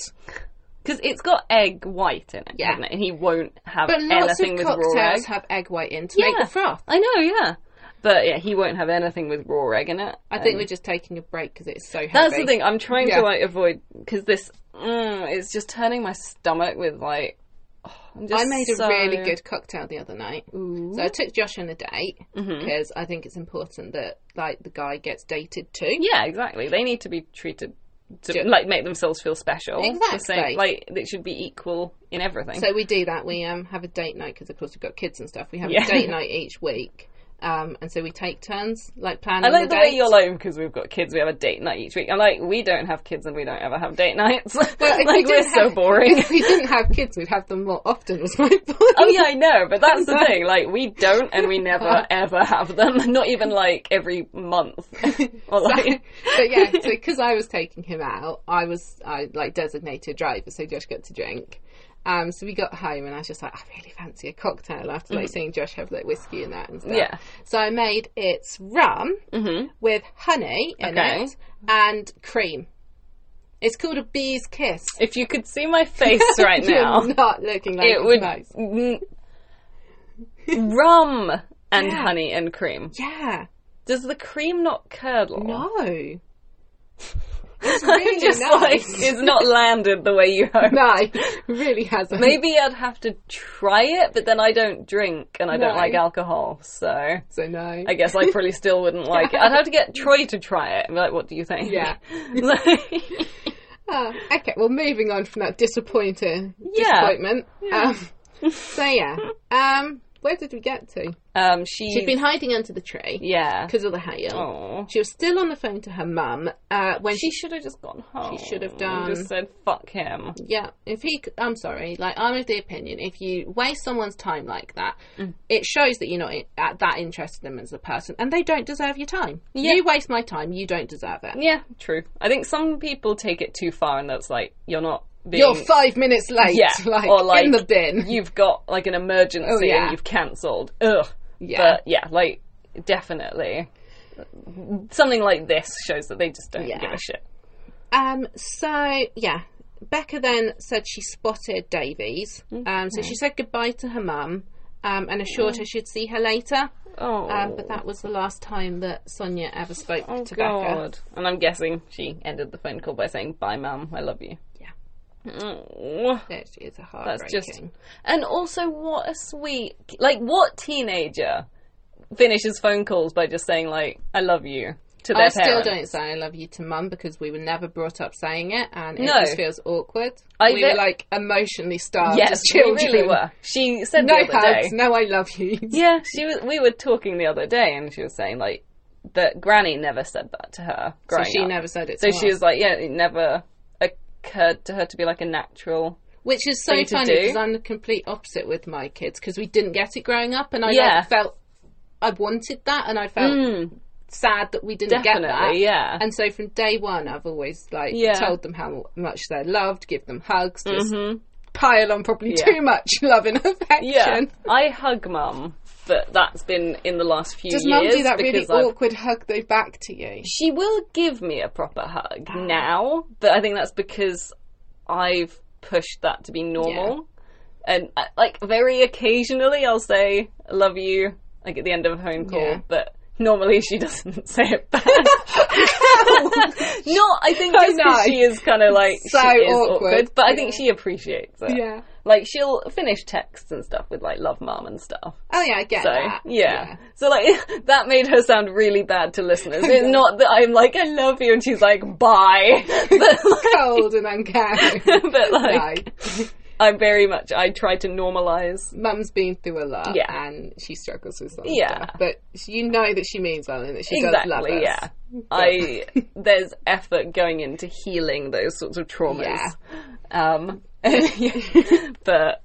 Speaker 2: Because it's got egg white in it,
Speaker 1: Yeah.
Speaker 2: hasn't it? And he won't have
Speaker 1: But lots of
Speaker 2: anything with raw egg.
Speaker 1: cocktails have egg white in to make
Speaker 2: Yeah.
Speaker 1: the froth.
Speaker 2: I know, yeah. But yeah, he won't have anything with raw egg in it.
Speaker 1: I think we're just taking a break because it's so heavy.
Speaker 2: Um, That's the thing. I'm trying
Speaker 1: Yeah.
Speaker 2: to like avoid because this mm, it's just turning my stomach with like. oh, I'm just
Speaker 1: I made a
Speaker 2: so-
Speaker 1: really good cocktail the other night. So I took Josh on a date because
Speaker 2: Mm-hmm.
Speaker 1: I think it's important that like the guy gets dated too.
Speaker 2: Yeah, exactly. They need to be treated to
Speaker 1: Ju-
Speaker 2: like make themselves feel special. The
Speaker 1: Exactly.
Speaker 2: same- like it should be equal in everything.
Speaker 1: So we do that. We um, have a date night because, of course, we've got kids and stuff. We have
Speaker 2: Yeah.
Speaker 1: a date night each week, um, and so we take turns like planning.
Speaker 2: <laughs> I like the
Speaker 1: the
Speaker 2: way
Speaker 1: dates.
Speaker 2: you're like because we've got kids. We have a date night each week. I'm like we don't have kids and we don't ever have date nights. <laughs>
Speaker 1: Well, if we
Speaker 2: like we're
Speaker 1: didn't
Speaker 2: so
Speaker 1: have-
Speaker 2: boring.
Speaker 1: If we didn't have kids, we'd have them more often. Was my point.
Speaker 2: <laughs> Oh yeah, I know, but that's
Speaker 1: <laughs>
Speaker 2: the thing. Like we don't, and we never ever have them. <laughs> Not even like every
Speaker 1: <laughs>
Speaker 2: month. <laughs> or like,
Speaker 1: but yeah, so because I was taking him out, I was I like designated driver, so Josh got to drink. Um, so we got home, and I was just like, I really fancy a cocktail after like seeing Josh have like whiskey and that and stuff.
Speaker 2: Mm. Yeah. Mm-hmm.
Speaker 1: So I made it's rum with honey in
Speaker 2: Okay.
Speaker 1: it and cream. It's called a bee's kiss.
Speaker 2: if you could see
Speaker 1: <laughs>
Speaker 2: my face right
Speaker 1: You're
Speaker 2: now,
Speaker 1: not looking like
Speaker 2: it would
Speaker 1: nice.
Speaker 2: Mm. rum and
Speaker 1: Yeah.
Speaker 2: honey and cream.
Speaker 1: Yeah.
Speaker 2: Does the cream not curdle?
Speaker 1: No. <laughs> It's
Speaker 2: I
Speaker 1: really
Speaker 2: <laughs> just like
Speaker 1: nice.
Speaker 2: it's not landed the way you
Speaker 1: <laughs>
Speaker 2: hoped.
Speaker 1: no, it really hasn't.
Speaker 2: Maybe I'd have to try it, but then I don't drink and I
Speaker 1: No.
Speaker 2: don't like alcohol, so.
Speaker 1: So no.
Speaker 2: I guess I probably still wouldn't like it. I'd have to get Troy to try it and be like, what do you think?
Speaker 1: Yeah.
Speaker 2: <laughs> Like-
Speaker 1: Ah, okay, well, moving on from that disappointing
Speaker 2: Yeah.
Speaker 1: disappointment. Um, so yeah, um, where did we get to?
Speaker 2: um, she's,
Speaker 1: She'd been hiding under the tree
Speaker 2: yeah.
Speaker 1: because of the hail.
Speaker 2: Aw.
Speaker 1: Oh. She was still on the phone to her mum uh, when
Speaker 2: She should have just gone home.
Speaker 1: She should have
Speaker 2: and Just
Speaker 1: done.
Speaker 2: said, fuck him.
Speaker 1: Yeah, if he, c- I'm sorry, like I'm of the opinion if you waste someone's time like that, it shows that you're not i- uh, that interested in them as a person, and they don't deserve your time. You waste my time, you don't deserve it.
Speaker 2: Yeah, true. I think some people take it too far and that's like, you're not being...
Speaker 1: You're five minutes late,
Speaker 2: Yeah,
Speaker 1: Mm. <laughs> like,
Speaker 2: or, like,
Speaker 1: in the bin.
Speaker 2: You've got like an emergency
Speaker 1: Oh, yeah.
Speaker 2: and you've cancelled. Ugh.
Speaker 1: Yeah.
Speaker 2: But yeah, like definitely something like this shows that they just don't
Speaker 1: Yeah.
Speaker 2: give a shit.
Speaker 1: Um, so yeah, Becca then said she spotted Davies. Um, so she said goodbye to her mum um, and assured
Speaker 2: Mm.
Speaker 1: her she'd see her later.
Speaker 2: Oh,
Speaker 1: Um, but that was the last time that Sonia ever spoke
Speaker 2: oh
Speaker 1: to Becca.
Speaker 2: god! And I'm guessing she ended the phone call by saying, "Bye, mum. I love you."
Speaker 1: Yeah.
Speaker 2: Oh.
Speaker 1: It is a
Speaker 2: That's
Speaker 1: heartbreaking.
Speaker 2: just, and also, what a sweet, like, what teenager finishes phone calls by just saying, like, "I love you" to their
Speaker 1: I still
Speaker 2: parent?
Speaker 1: don't say I love you to mum because we were never brought up saying it, and it
Speaker 2: No.
Speaker 1: just feels awkward.
Speaker 2: I
Speaker 1: we
Speaker 2: bet-
Speaker 1: were like emotionally starved
Speaker 2: Yes,
Speaker 1: as
Speaker 2: we
Speaker 1: children.
Speaker 2: really were. She said
Speaker 1: No
Speaker 2: the other day.
Speaker 1: hugs, no I love
Speaker 2: <laughs>
Speaker 1: you.
Speaker 2: Yeah, she was. We were talking the other day, and she was saying like that Granny never said that to her
Speaker 1: So
Speaker 2: growing
Speaker 1: she
Speaker 2: up.
Speaker 1: never said it.
Speaker 2: so
Speaker 1: to
Speaker 2: she
Speaker 1: us.
Speaker 2: was like, yeah, it never occurred to her to be like a natural.
Speaker 1: Which is so
Speaker 2: thing to
Speaker 1: funny
Speaker 2: do.
Speaker 1: because I'm the complete opposite with my kids because we didn't get it growing up, and I like,
Speaker 2: Yeah. Hmm.
Speaker 1: felt I wanted that, and I felt sad that we didn't get that.
Speaker 2: Definitely, yeah.
Speaker 1: And so from day one, I've always like
Speaker 2: Yeah.
Speaker 1: told them how much they're loved, give them hugs, just
Speaker 2: Mm-hmm.
Speaker 1: pile on probably too much <laughs> love and affection.
Speaker 2: yeah, I hug mum, but that's been in the last few
Speaker 1: Does
Speaker 2: years
Speaker 1: mum do that really
Speaker 2: because I've-
Speaker 1: awkward hug though back to you?
Speaker 2: She will give me a proper hug
Speaker 1: Ah.
Speaker 2: now, but I think that's because I've pushed that to be normal. And uh, like very occasionally, I'll say "I love you" like at the end of a phone call,
Speaker 1: Yeah.
Speaker 2: but normally she <laughs> doesn't say
Speaker 1: <laughs>
Speaker 2: it back. Not, I think,
Speaker 1: I
Speaker 2: just because
Speaker 1: know.
Speaker 2: she is kind of like
Speaker 1: So
Speaker 2: she is
Speaker 1: awkward.
Speaker 2: awkward. but I
Speaker 1: Yeah.
Speaker 2: think she appreciates it.
Speaker 1: Yeah.
Speaker 2: Like she'll finish texts and stuff with like "love, mum" and stuff.
Speaker 1: Oh yeah, I get
Speaker 2: So
Speaker 1: that.
Speaker 2: yeah. so like <laughs> that made her sound really bad to listeners.
Speaker 1: <laughs>
Speaker 2: It's not that I'm like I love you and she's like bye, <laughs> but like,
Speaker 1: cold and uncaring.
Speaker 2: but <laughs> like
Speaker 1: Like,
Speaker 2: I'm very much I try to normalize.
Speaker 1: mum's been through a lot,
Speaker 2: Yeah.
Speaker 1: and she struggles with some
Speaker 2: Yeah.
Speaker 1: stuff. But you know that she means well and that she does love us.
Speaker 2: Exactly, yeah.
Speaker 1: <laughs>
Speaker 2: I there's effort going into healing those sorts of traumas.
Speaker 1: Yeah. <laughs>
Speaker 2: Um, <laughs> but
Speaker 1: Uh, that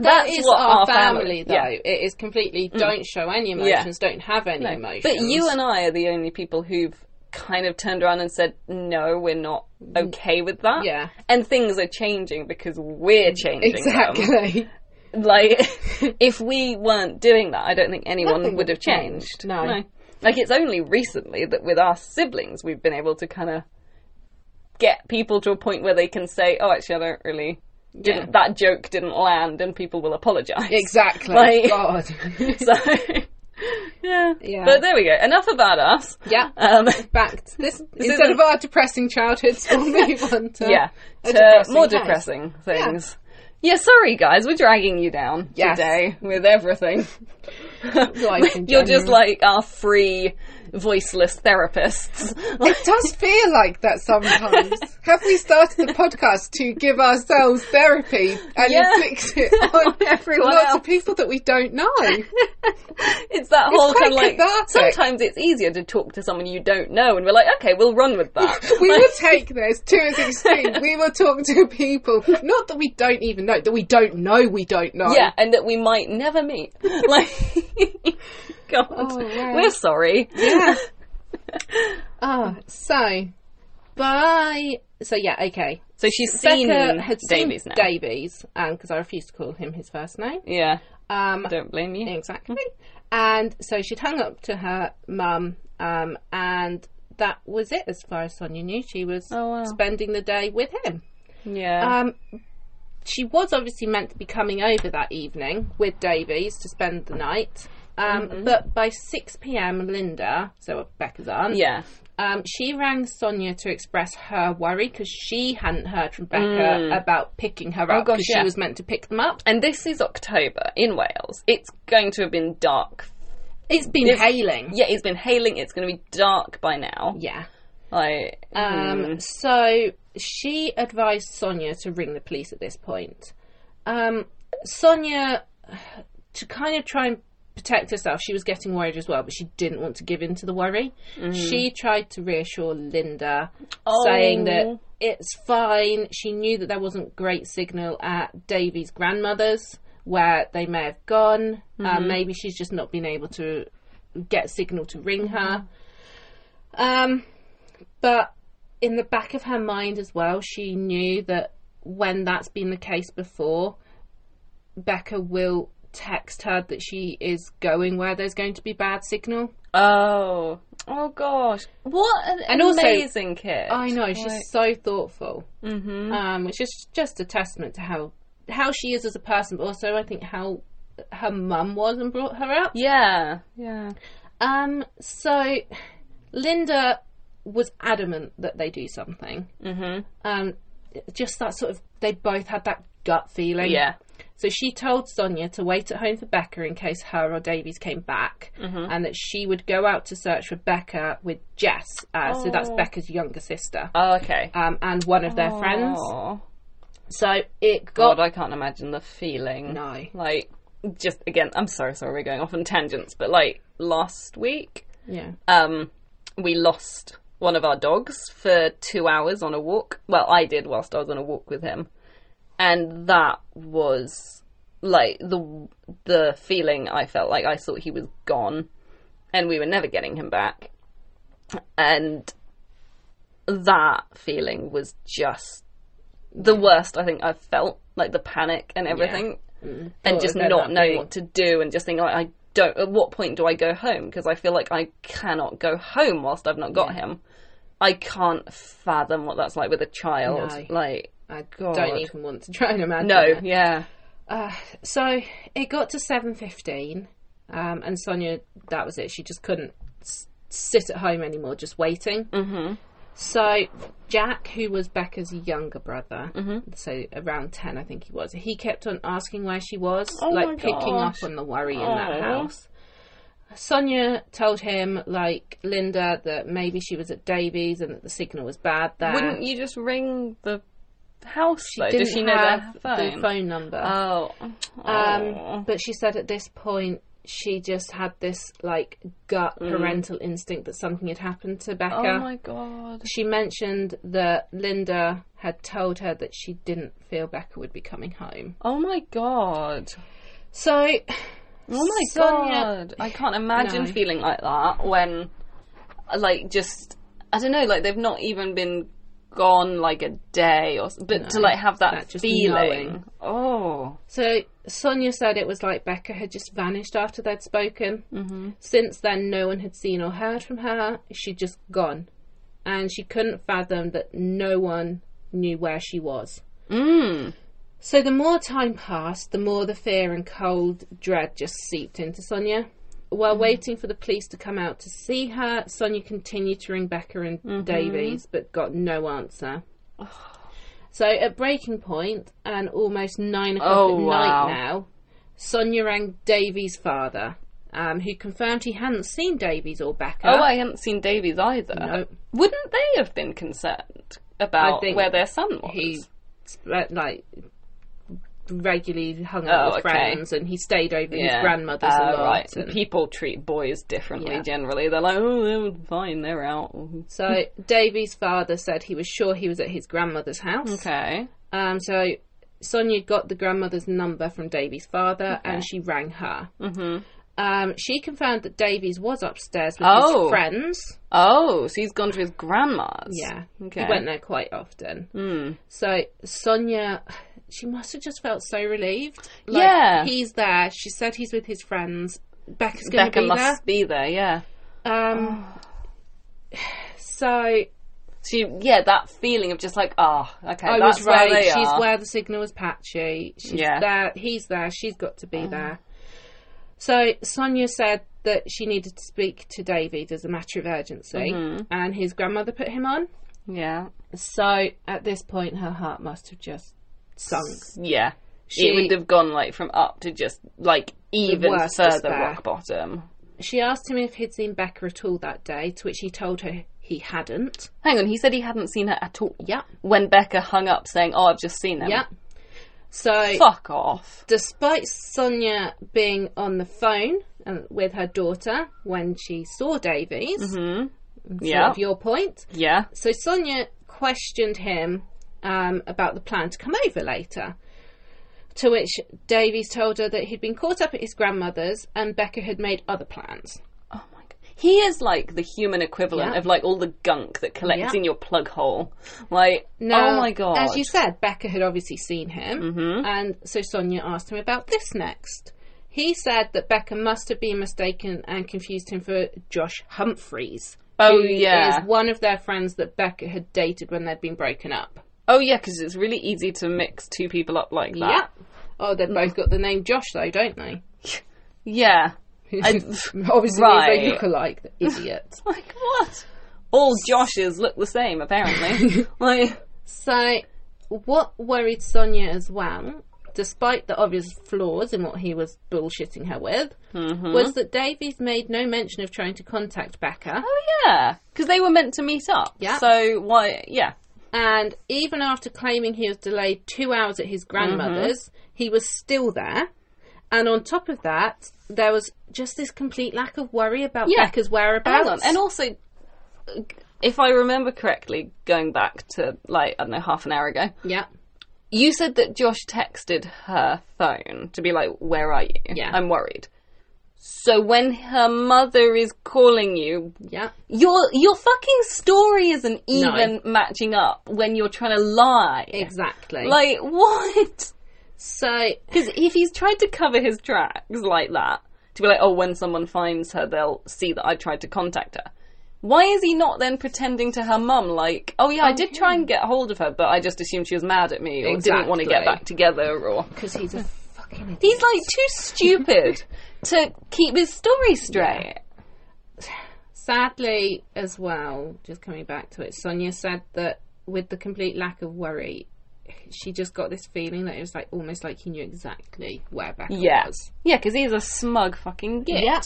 Speaker 2: That's
Speaker 1: is
Speaker 2: what
Speaker 1: our,
Speaker 2: our
Speaker 1: family,
Speaker 2: family-
Speaker 1: though.
Speaker 2: yeah. Mm.
Speaker 1: It is completely don't show any emotions, don't have any emotions.
Speaker 2: but you and I are the only people who've kind of turned around and said no, we're not okay with
Speaker 1: Mm.
Speaker 2: that.
Speaker 1: Yeah.
Speaker 2: and things are changing because we're changing them. <laughs>
Speaker 1: exactly.
Speaker 2: Like, if we weren't doing that, I don't think anyone
Speaker 1: Nothing
Speaker 2: would have
Speaker 1: would've changed,
Speaker 2: changed.
Speaker 1: no.
Speaker 2: Like, it's only recently that with our siblings, we've been able to kind of get people to a point where they can say, oh, actually, I don't really. Didn't,
Speaker 1: Yeah.
Speaker 2: That joke didn't land, and people will apologise.
Speaker 1: Exactly.
Speaker 2: Like-
Speaker 1: God.
Speaker 2: <laughs>
Speaker 1: <laughs>
Speaker 2: So, <laughs> yeah.
Speaker 1: Yeah.
Speaker 2: But there we go. Enough about us.
Speaker 1: yeah.
Speaker 2: Um,
Speaker 1: Back to this. Instead
Speaker 2: isn't-
Speaker 1: of our depressing childhoods, <laughs> we'll move on to
Speaker 2: yeah.
Speaker 1: a
Speaker 2: To more
Speaker 1: case.
Speaker 2: depressing things. Yeah. sorry, guys. We're dragging you down
Speaker 1: Yes.
Speaker 2: today with everything.
Speaker 1: <laughs> Life
Speaker 2: <laughs>
Speaker 1: in
Speaker 2: You're just
Speaker 1: general.
Speaker 2: like our free, voiceless therapists. <laughs>
Speaker 1: It does feel like that sometimes. Have we started the podcast to give ourselves therapy and
Speaker 2: Yeah.
Speaker 1: inflict
Speaker 2: <laughs>
Speaker 1: it on
Speaker 2: Everyone
Speaker 1: lots
Speaker 2: else.
Speaker 1: of people that we don't
Speaker 2: <laughs>
Speaker 1: know?
Speaker 2: It's that whole
Speaker 1: quite
Speaker 2: kind of like.
Speaker 1: cathartic.
Speaker 2: Sometimes it's easier to talk to someone you don't know, and we're like, okay, we'll run with that.
Speaker 1: <laughs> We
Speaker 2: <laughs>
Speaker 1: will take this to its extreme. We will talk to people, not that we don't even know, that we don't know we don't know.
Speaker 2: yeah, and that we might never meet. <laughs> Like, God,
Speaker 1: wow.
Speaker 2: we're sorry. <laughs>
Speaker 1: Yeah. Ah, so by so yeah, okay.
Speaker 2: So she's seen
Speaker 1: Becca had seen
Speaker 2: Davies now.
Speaker 1: Davies, because I refused to call him his first name.
Speaker 2: yeah,
Speaker 1: Um,
Speaker 2: don't blame you.
Speaker 1: Exactly. And so she'd hung up to her mum, um, and that was it as far as Sonia knew. She was
Speaker 2: Oh, wow.
Speaker 1: spending the day with him.
Speaker 2: Yeah,
Speaker 1: Um, she was obviously meant to be coming over that evening with Davies to spend the night. Um,
Speaker 2: Mm-hmm.
Speaker 1: But by 6 pm, Linda, so Becca's aunt,
Speaker 2: yeah.
Speaker 1: um, she rang Sonia to express her worry because she hadn't heard from Becca about picking her up
Speaker 2: Mm. Oh, gosh,
Speaker 1: because she
Speaker 2: yeah.
Speaker 1: was meant to pick them up.
Speaker 2: And this is October in Wales. It's going to have been dark.
Speaker 1: It's been hailing.
Speaker 2: Yeah, it's been hailing. It's going to be dark by now.
Speaker 1: yeah.
Speaker 2: Like,
Speaker 1: Um, so she advised Sonia to ring the police at this point. Um, Sonia, to kind of try and protect herself, she was getting worried as well, but she didn't want to give in to the worry. She tried to reassure Linda, saying that it's fine. She knew that there wasn't great signal at Davy's grandmother's, where they may have gone. Uh, maybe she's just not been able to get signal to ring her. Um, but in the back of her mind as well, she knew that when that's been the case before, Becca will text her that she is going where there's going to be bad signal.
Speaker 2: Oh. Oh gosh. What an
Speaker 1: And also-
Speaker 2: amazing kid.
Speaker 1: I know she's so thoughtful,
Speaker 2: hmm
Speaker 1: um, which is just a testament to how how she is as a person, but also I think how her mum was and brought her up.
Speaker 2: Yeah. Yeah.
Speaker 1: Um, so Linda was adamant that they do something.
Speaker 2: Mhm.
Speaker 1: Um, just that sort of they both had that gut feeling.
Speaker 2: Yeah.
Speaker 1: So she told Sonia to wait at home for Becca in case her or Davies came back,
Speaker 2: Mm-hmm.
Speaker 1: and that she would go out to search for Becca with Jess. Uh, So that's Becca's younger sister
Speaker 2: Oh, okay.
Speaker 1: um, and one of their friends.
Speaker 2: Oh. Oh.
Speaker 1: So it got
Speaker 2: God, Uh, I can't imagine the feeling.
Speaker 1: no,
Speaker 2: Like, just again, I'm so sorry we're going off on tangents, but like last week,
Speaker 1: yeah,
Speaker 2: um, we lost one of our dogs for two hours on a walk. Well, I did whilst I was on a walk with him, and that was like the the feeling I felt like I thought he was gone, and we were never getting him back, and that feeling was just the worst I think I've felt. Like the panic and everything, and
Speaker 1: Thought
Speaker 2: just
Speaker 1: about
Speaker 2: not
Speaker 1: that
Speaker 2: knowing
Speaker 1: before.
Speaker 2: what to do and just thinking like I don't at what point do I go home because I feel like I cannot go home whilst I've not got him. I can't fathom what that's like with a child.
Speaker 1: No.
Speaker 2: Like
Speaker 1: I
Speaker 2: God.
Speaker 1: don't even want to try and imagine.
Speaker 2: no,
Speaker 1: it.
Speaker 2: yeah.
Speaker 1: Uh, so it got to seven fifteen, um, and Sonia, that was it. She just couldn't s- sit at home anymore, just waiting. Mm-hmm. So Jack, who was Becca's younger brother,
Speaker 2: Mm-hmm.
Speaker 1: so around ten, I think he was, he kept on asking where she was,
Speaker 2: Oh my
Speaker 1: like picking up
Speaker 2: gosh.
Speaker 1: on the worry in
Speaker 2: Aw.
Speaker 1: that house. Sonia told him, like Linda, that maybe she was at Davies and that the signal was bad there.
Speaker 2: Wouldn't you just ring the house?
Speaker 1: Uh, she
Speaker 2: though?
Speaker 1: didn't
Speaker 2: Does she know their
Speaker 1: have
Speaker 2: phone?
Speaker 1: the phone number?
Speaker 2: Oh,
Speaker 1: Um, but she said at this point she just had this like gut parental instinct that something had happened to
Speaker 2: Mm. oh
Speaker 1: Becca.
Speaker 2: my god.
Speaker 1: she mentioned that Linda had told her that she didn't feel Becca would be coming home.
Speaker 2: Oh my god.
Speaker 1: So
Speaker 2: Oh my
Speaker 1: Sonia-
Speaker 2: god! I can't imagine
Speaker 1: No.
Speaker 2: feeling like that when, like, just I don't know, like they've not even been gone like a day or, s- but to like have that,
Speaker 1: that just
Speaker 2: feeling.
Speaker 1: knowing.
Speaker 2: Oh,
Speaker 1: so Sonia said it was like Becca had just vanished after they'd spoken.
Speaker 2: Mm.
Speaker 1: Mm-hmm. Since then, no one had seen or heard from her. She'd just gone, and she couldn't fathom that no one knew where she was.
Speaker 2: mm.
Speaker 1: So the more time passed, the more the fear and cold dread just seeped into Sonia. While
Speaker 2: Mm.
Speaker 1: waiting for the police to come out to see her, Sonia continued to ring Becca and
Speaker 2: Mm-hmm.
Speaker 1: Davies but got no
Speaker 2: <sighs>
Speaker 1: answer. So at breaking point and almost nine o'clock
Speaker 2: Oh,
Speaker 1: at
Speaker 2: wow.
Speaker 1: night now, Sonia rang Davies' father, um, who confirmed he hadn't seen Davies or Becca.
Speaker 2: oh, I hadn't seen Davies either.
Speaker 1: No.
Speaker 2: Wouldn't they have been concerned about
Speaker 1: I think
Speaker 2: where their son was?
Speaker 1: he sp- like regularly hung
Speaker 2: Oh,
Speaker 1: out with
Speaker 2: okay.
Speaker 1: friends and he stayed over at
Speaker 2: Yeah.
Speaker 1: his grandmother's a
Speaker 2: Ah,
Speaker 1: lot.
Speaker 2: right.
Speaker 1: and-
Speaker 2: People treat boys differently
Speaker 1: Yeah.
Speaker 2: generally. They're like, oh, they're fine, they're out.
Speaker 1: So Davy's father said he was sure he was at his grandmother's house.
Speaker 2: Okay.
Speaker 1: Um, so Sonia got the grandmother's number from Davy's father, and she rang her. Mm-hmm. Um, she confirmed that Davies was upstairs with
Speaker 2: Oh.
Speaker 1: his friends.
Speaker 2: Oh, so he's gone to his grandma's.
Speaker 1: Yeah,
Speaker 2: Okay. Hmm.
Speaker 1: he went there quite often. So Sonia, she must have just felt so relieved. Like,
Speaker 2: Yeah.
Speaker 1: he's there. She said he's with his friends. Becca's going to
Speaker 2: Becca
Speaker 1: be
Speaker 2: must be there, yeah.
Speaker 1: there. Um,
Speaker 2: Oh.
Speaker 1: so
Speaker 2: So you, yeah, that feeling of just like, ah, okay,
Speaker 1: I
Speaker 2: that's
Speaker 1: was right.
Speaker 2: where they
Speaker 1: she's
Speaker 2: are.
Speaker 1: where the signal was patchy. She's
Speaker 2: Yeah. Oh.
Speaker 1: there. He's there. She's got to be there. So Sonia said that she needed to speak to David as a matter of urgency,
Speaker 2: Mm-hmm.
Speaker 1: and his grandmother put him on.
Speaker 2: yeah,
Speaker 1: So at this point, her heart must have just sunk.
Speaker 2: yeah.
Speaker 1: She-
Speaker 2: it would have gone like from up to just like even further
Speaker 1: worst despair.
Speaker 2: rock bottom.
Speaker 1: She asked him if he'd seen Becca at all that day, to which he told her he hadn't.
Speaker 2: Hang on, he said he hadn't seen her at all.
Speaker 1: Yeah.
Speaker 2: When Becca hung up saying, "Oh, I've just seen him."
Speaker 1: Yeah. So
Speaker 2: Fuck off.
Speaker 1: despite Sonia being on the phone uh, with her daughter when she saw Davies,
Speaker 2: Mm-hmm. Yeah.
Speaker 1: of your point.
Speaker 2: Yeah.
Speaker 1: So Sonia questioned him um, about the plan to come over later. To which Davies told her that he'd been caught up at his grandmother's and Becca had made other plans.
Speaker 2: Oh my god. He is like the human equivalent
Speaker 1: Yeah.
Speaker 2: of like all the gunk that collects
Speaker 1: Yeah.
Speaker 2: in your plug hole. Like, oh my god. Mm-hmm.
Speaker 1: As you said, Becca had obviously seen him, and so Sonia asked him about this next. He said that Becca must have been mistaken and confused him for Josh Humphreys.
Speaker 2: Oh,
Speaker 1: who
Speaker 2: yeah.
Speaker 1: is one of their friends that Becca had dated when they'd been broken up.
Speaker 2: Oh yeah, because it's really easy to mix two people up like that.
Speaker 1: Yep. Oh, they've both got the name Josh though, don't they?
Speaker 2: Yeah.
Speaker 1: <laughs>
Speaker 2: I-
Speaker 1: Obviously,
Speaker 2: Right.
Speaker 1: they look alike. The
Speaker 2: <laughs>
Speaker 1: idiot.
Speaker 2: Like what? All Joshes look the same, <laughs> apparently. like
Speaker 1: So, what worried Sonia as well, despite the obvious flaws in what he was bullshitting her with,
Speaker 2: Mm-hmm.
Speaker 1: was that Davies made no mention of trying to contact Becca.
Speaker 2: Oh yeah, because they were meant to meet up.
Speaker 1: Yeah.
Speaker 2: So why? Yeah.
Speaker 1: And even after claiming he was delayed two hours at his grandmother's,
Speaker 2: Mm-hmm.
Speaker 1: he was still there. And on top of that, there was just this complete lack of worry about
Speaker 2: Yeah.
Speaker 1: Becca's
Speaker 2: Hang
Speaker 1: whereabouts.
Speaker 2: on. And also, if I remember correctly, going back to like I don't know half an hour ago,
Speaker 1: yeah,
Speaker 2: you said that Josh texted her phone to be like, "Where are you?
Speaker 1: Yeah.
Speaker 2: I'm worried." So when her mother is calling you,
Speaker 1: yeah.
Speaker 2: your your fucking story isn't even matching up when you're trying to lie.
Speaker 1: Exactly.
Speaker 2: Like <laughs> what?
Speaker 1: so,
Speaker 2: Because if he's tried to cover his tracks like that, to be like, oh, when someone finds her, they'll see that I tried to contact her. Why is he not then pretending to her mum, like, oh yeah, I did try and get hold of her, but I just assumed she was mad at me or didn't want to get
Speaker 1: Exactly.
Speaker 2: back together or.
Speaker 1: because he's a fucking idiot.
Speaker 2: He's like too
Speaker 1: <laughs>
Speaker 2: stupid to keep his story straight.
Speaker 1: Sadly, as well, just coming back to it, Sonia said that with the complete lack of worry, she just got this feeling that it was like almost like he knew exactly where Becca
Speaker 2: Yeah.
Speaker 1: was.
Speaker 2: Yeah, because he's a smug fucking git.
Speaker 1: Yeah.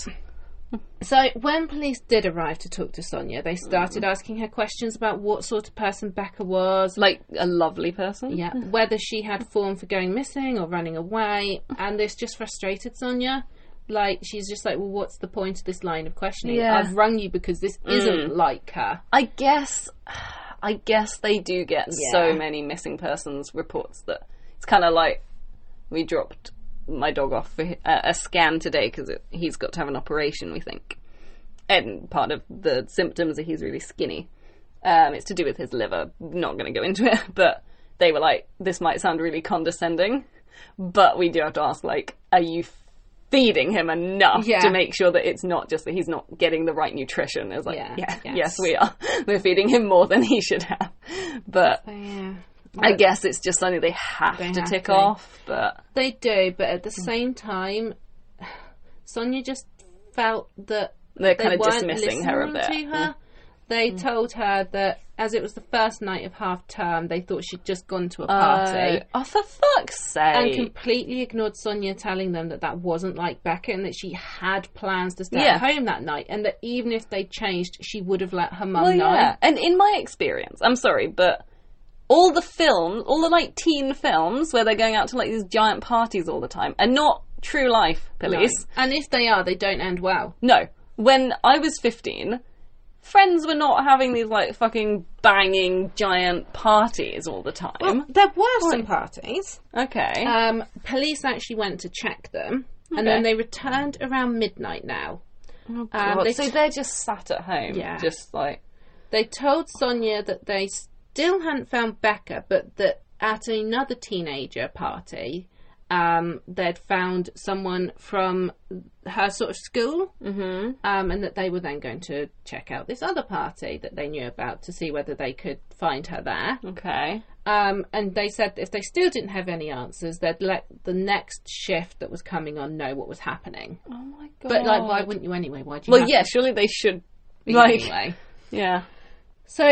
Speaker 1: So when police did arrive to talk to Sonia, they started asking her questions about what sort of person Becca was.
Speaker 2: Like a lovely person.
Speaker 1: Yeah, whether she had form for going missing or running away, and this just frustrated Sonia. Like she's just like, well, what's the point of this line of questioning?
Speaker 2: Yeah. Mm.
Speaker 1: I've rung you because this isn't like her.
Speaker 2: I guess, I guess they do get so
Speaker 1: Yeah.
Speaker 2: many missing persons reports that it's kind of like we dropped my dog off for hi- a, a scan today because he's got to have an operation. We think, and part of the symptoms are he's really skinny. Um, it's to do with his liver. Not going to go into <laughs> it, but they were like, this might sound really condescending, but we do have to ask, like, are you feeding him enough
Speaker 1: Yeah.
Speaker 2: to make sure that it's not just that he's not getting the right nutrition? It's like,
Speaker 1: Yeah,
Speaker 2: yeah,
Speaker 1: yes.
Speaker 2: yes, we are. <laughs> We're feeding him more than he should have. But
Speaker 1: Yeah.
Speaker 2: I guess it's just something they have
Speaker 1: They
Speaker 2: to
Speaker 1: have
Speaker 2: tick
Speaker 1: to.
Speaker 2: off. But
Speaker 1: They do, but at the same time, <sighs> Sonia just felt that
Speaker 2: they're
Speaker 1: they
Speaker 2: kind of
Speaker 1: weren't
Speaker 2: dismissing her a bit. Hmm.
Speaker 1: listening To her. They told her that as it was the first night of half term, they thought she'd just gone to a party.
Speaker 2: Oh, oh, for fuck's
Speaker 1: and
Speaker 2: sake!
Speaker 1: completely ignored Sonia telling them that that wasn't like Becca and that she had plans to stay
Speaker 2: Yeah.
Speaker 1: at home that night and that even if they changed, she would have let her mum
Speaker 2: Well,
Speaker 1: know.
Speaker 2: yeah. And in my experience, I'm sorry, but all the films, all the like teen films where they're going out to like these giant parties all the time are not true life, police.
Speaker 1: And if they are, they don't end well.
Speaker 2: No. When I was 15, friends were not having these like fucking banging giant parties all the time.
Speaker 1: There were some parties.
Speaker 2: okay.
Speaker 1: Um, police actually went to check them and
Speaker 2: Okay.
Speaker 1: then they returned around midnight now. um,
Speaker 2: Oh, God,
Speaker 1: they-
Speaker 2: so they're just sat at home.
Speaker 1: Yeah.
Speaker 2: Just like.
Speaker 1: They told Sonia that they still hadn't found Becca, but that at another teenager party, um, they'd found someone from her sort of school, mm-hmm. um, and that they were then going to check out this other party that they knew about to see whether they could find her there.
Speaker 2: Okay.
Speaker 1: Um, and they said if they still didn't have any answers, they'd let the next shift that was coming on know what was happening.
Speaker 2: Oh my god.
Speaker 1: But like, why wouldn't you anyway? Why do you?
Speaker 2: Well,
Speaker 1: have
Speaker 2: yeah, surely they should.
Speaker 1: to be
Speaker 2: Like,
Speaker 1: anyway?
Speaker 2: yeah.
Speaker 1: So,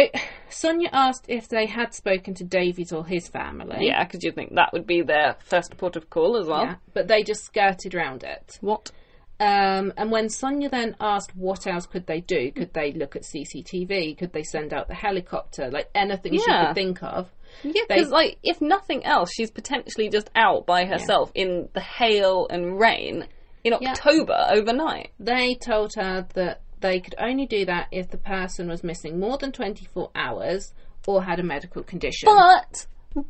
Speaker 1: Sonia asked if they had spoken to Davies or his family.
Speaker 2: Yeah, because you'd think that would be their first port of call as well.
Speaker 1: Yeah, But they just skirted round it.
Speaker 2: What?
Speaker 1: Um, and when Sonia then asked what else could they do, could they look at CCTV, could they send out the helicopter, like anything she
Speaker 2: Yeah.
Speaker 1: could think of,
Speaker 2: Yeah,
Speaker 1: They-
Speaker 2: because like if nothing else, she's potentially just out by herself in the hail and rain in
Speaker 1: Yeah.
Speaker 2: October overnight.
Speaker 1: they told her that they could only do that if the person was missing more than 24 hours or had a medical condition.
Speaker 2: But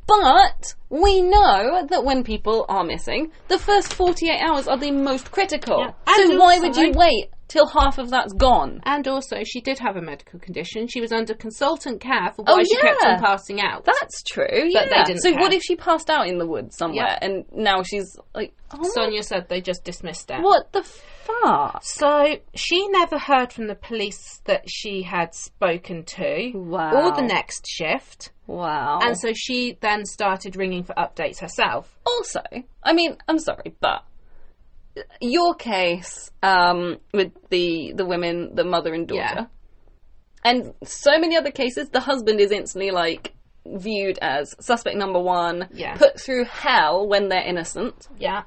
Speaker 2: but we know that when people are missing, the first forty eight hours are the most critical.
Speaker 1: Yeah. And
Speaker 2: So why would
Speaker 1: also-
Speaker 2: you wait till half of that's gone.
Speaker 1: And also, she did have a medical condition. She was under consultant care for why
Speaker 2: Oh,
Speaker 1: she kept
Speaker 2: yeah.
Speaker 1: on passing out.
Speaker 2: That's true. yeah.
Speaker 1: But they didn't
Speaker 2: so what
Speaker 1: care.
Speaker 2: if she passed out in the woods somewhere
Speaker 1: Yeah.
Speaker 2: and now she's like, oh my-
Speaker 1: Sonia said they just dismissed her.
Speaker 2: what the fuck?
Speaker 1: So she never heard from the police that she had spoken to
Speaker 2: Wow.
Speaker 1: or the next shift.
Speaker 2: Wow.
Speaker 1: And so she then started ringing for updates herself.
Speaker 2: also, I mean, I'm sorry, but your case um, with the the women, the mother and
Speaker 1: Yeah.
Speaker 2: daughter, and so many other cases, the husband is instantly like viewed as suspect number one,
Speaker 1: Yeah.
Speaker 2: put through hell when they're innocent.
Speaker 1: Yeah.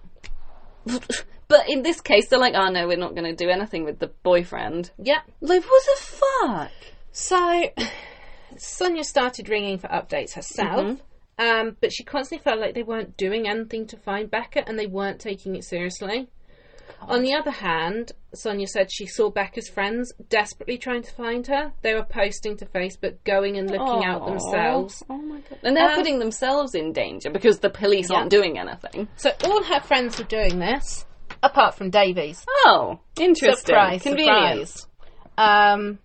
Speaker 2: But in this case, they're like, oh no, we're not going to do anything with the boyfriend.
Speaker 1: Yeah.
Speaker 2: Like, what the fuck?
Speaker 1: So <sighs> Sonia started ringing for updates herself. Um, but she constantly felt like they weren't doing anything to find Becca and they weren't taking it seriously. On the other hand, Sonia said she saw Becca's friends desperately trying to find her. They were posting to Facebook, going and looking out
Speaker 2: Aw.
Speaker 1: themselves.
Speaker 2: Oh my god. And they're
Speaker 1: Um,
Speaker 2: putting themselves in danger because the police aren't doing anything.
Speaker 1: So all her friends were doing this, apart from Davies.
Speaker 2: Oh, interesting.
Speaker 1: Surprise,
Speaker 2: Convenient.
Speaker 1: surprise. Um,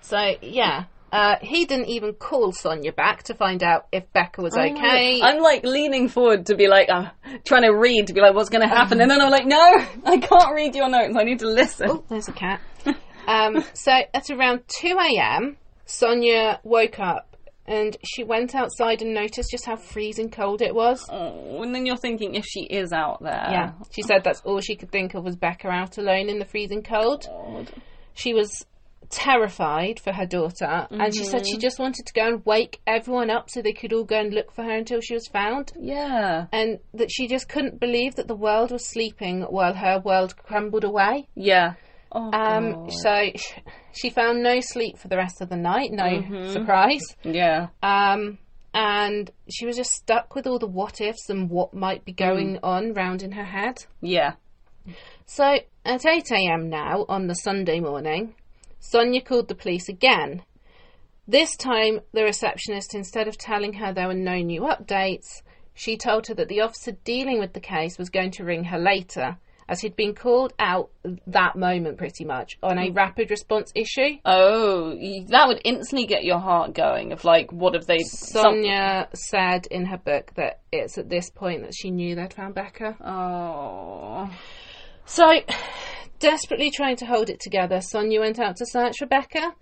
Speaker 1: so yeah, uh, he didn't even call Sonia back to find out if Becca was okay. Oh,
Speaker 2: I'm like leaning forward to be like, uh, trying to read to be like, what's going to happen? And then I'm like, no, <laughs> I can't read your notes. I need to listen.
Speaker 1: Oh, there's a cat. <laughs> um, so at around two a.m., Sonia woke up and she went outside and noticed just how freezing cold it was.
Speaker 2: Oh, and then you're thinking if she is out there.
Speaker 1: Yeah, she said that's all she could think of was Becca out alone in the freezing cold.
Speaker 2: God.
Speaker 1: she was terrified for her daughter and she said she just wanted to go and wake everyone up so they could all go and look for her until she was found
Speaker 2: Yeah.
Speaker 1: and that she just couldn't believe that the world was sleeping while her world crumbled away
Speaker 2: Yeah. Oh,
Speaker 1: um
Speaker 2: God.
Speaker 1: so sh- she found no sleep for the rest of the night no surprise
Speaker 2: Yeah.
Speaker 1: um and she was just stuck with all the what ifs and what might be going on round in her head
Speaker 2: Yeah.
Speaker 1: so at 8 a.m. now on the Sunday morning, Sonia called the police again. This time, the receptionist, instead of telling her there were no new updates, she told her that the officer dealing with the case was going to ring her later, as he'd been called out that moment pretty much on a rapid response issue.
Speaker 2: Oh, y- that would instantly get your heart going. Of like, what have they? some-
Speaker 1: Sonia said in her book that it's at this point that she knew they'd found Becca.
Speaker 2: Oh.
Speaker 1: So, <sighs> desperately trying to hold it together, Sonia went out to search for Becca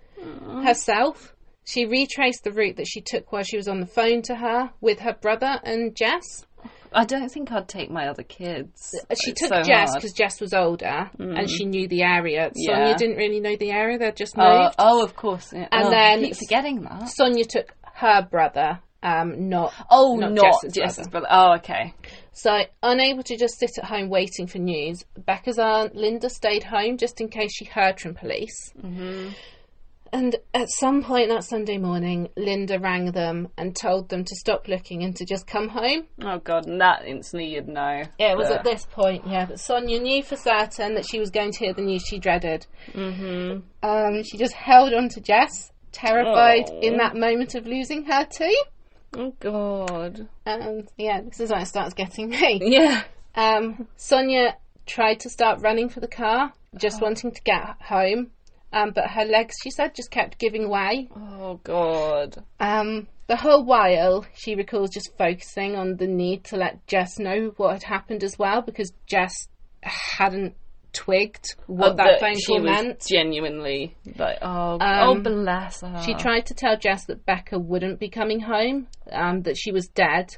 Speaker 1: herself. She retraced the route that she took while she was on the phone to her with her brother and Jess.
Speaker 2: I don't think I'd take my other kids.
Speaker 1: Uh, She
Speaker 2: It's
Speaker 1: took
Speaker 2: so
Speaker 1: Jess
Speaker 2: hard. Mm.
Speaker 1: because Jess was older and she knew the area.
Speaker 2: Yeah.
Speaker 1: Sonia didn't really know the area; they'd just moved.
Speaker 2: Oh, oh, of course. And
Speaker 1: then-
Speaker 2: keep forgetting that.
Speaker 1: Sonia took her brother, um, not
Speaker 2: Oh,
Speaker 1: not
Speaker 2: not,
Speaker 1: Jess's
Speaker 2: Jess's, brother. Oh, okay.
Speaker 1: So, unable to just sit at home waiting for news, Becca's aunt Linda stayed home just in case she heard from police. Mm-hmm. And at some point that Sunday morning, Linda rang them and told them to stop looking and to just come home.
Speaker 2: Oh god, and that instantly you'd know.
Speaker 1: Yeah, it was
Speaker 2: But-
Speaker 1: at this point, yeah, that Sonia knew for certain that she was going to hear the news she dreaded. Mm-hmm. Um, she just held on to Jess, terrified
Speaker 2: Oh.
Speaker 1: in that moment of losing her too.
Speaker 2: Oh god.
Speaker 1: And yeah, this is when it starts getting me.
Speaker 2: Yeah.
Speaker 1: Um, Sonia tried to start running for the car,
Speaker 2: Oh.
Speaker 1: just wanting to get home. Um, but her legs, she said, just kept giving way.
Speaker 2: Oh god.
Speaker 1: Um, the whole while, she recalls just focusing on the need to let Jess know what had happened as well, because Jess hadn't twigged what that phone
Speaker 2: Oh, she
Speaker 1: call
Speaker 2: was
Speaker 1: meant.
Speaker 2: genuinely like, oh,
Speaker 1: Um,
Speaker 2: oh, bless her.
Speaker 1: She tried to tell Jess that Becca wouldn't be coming home, um, that she was dead.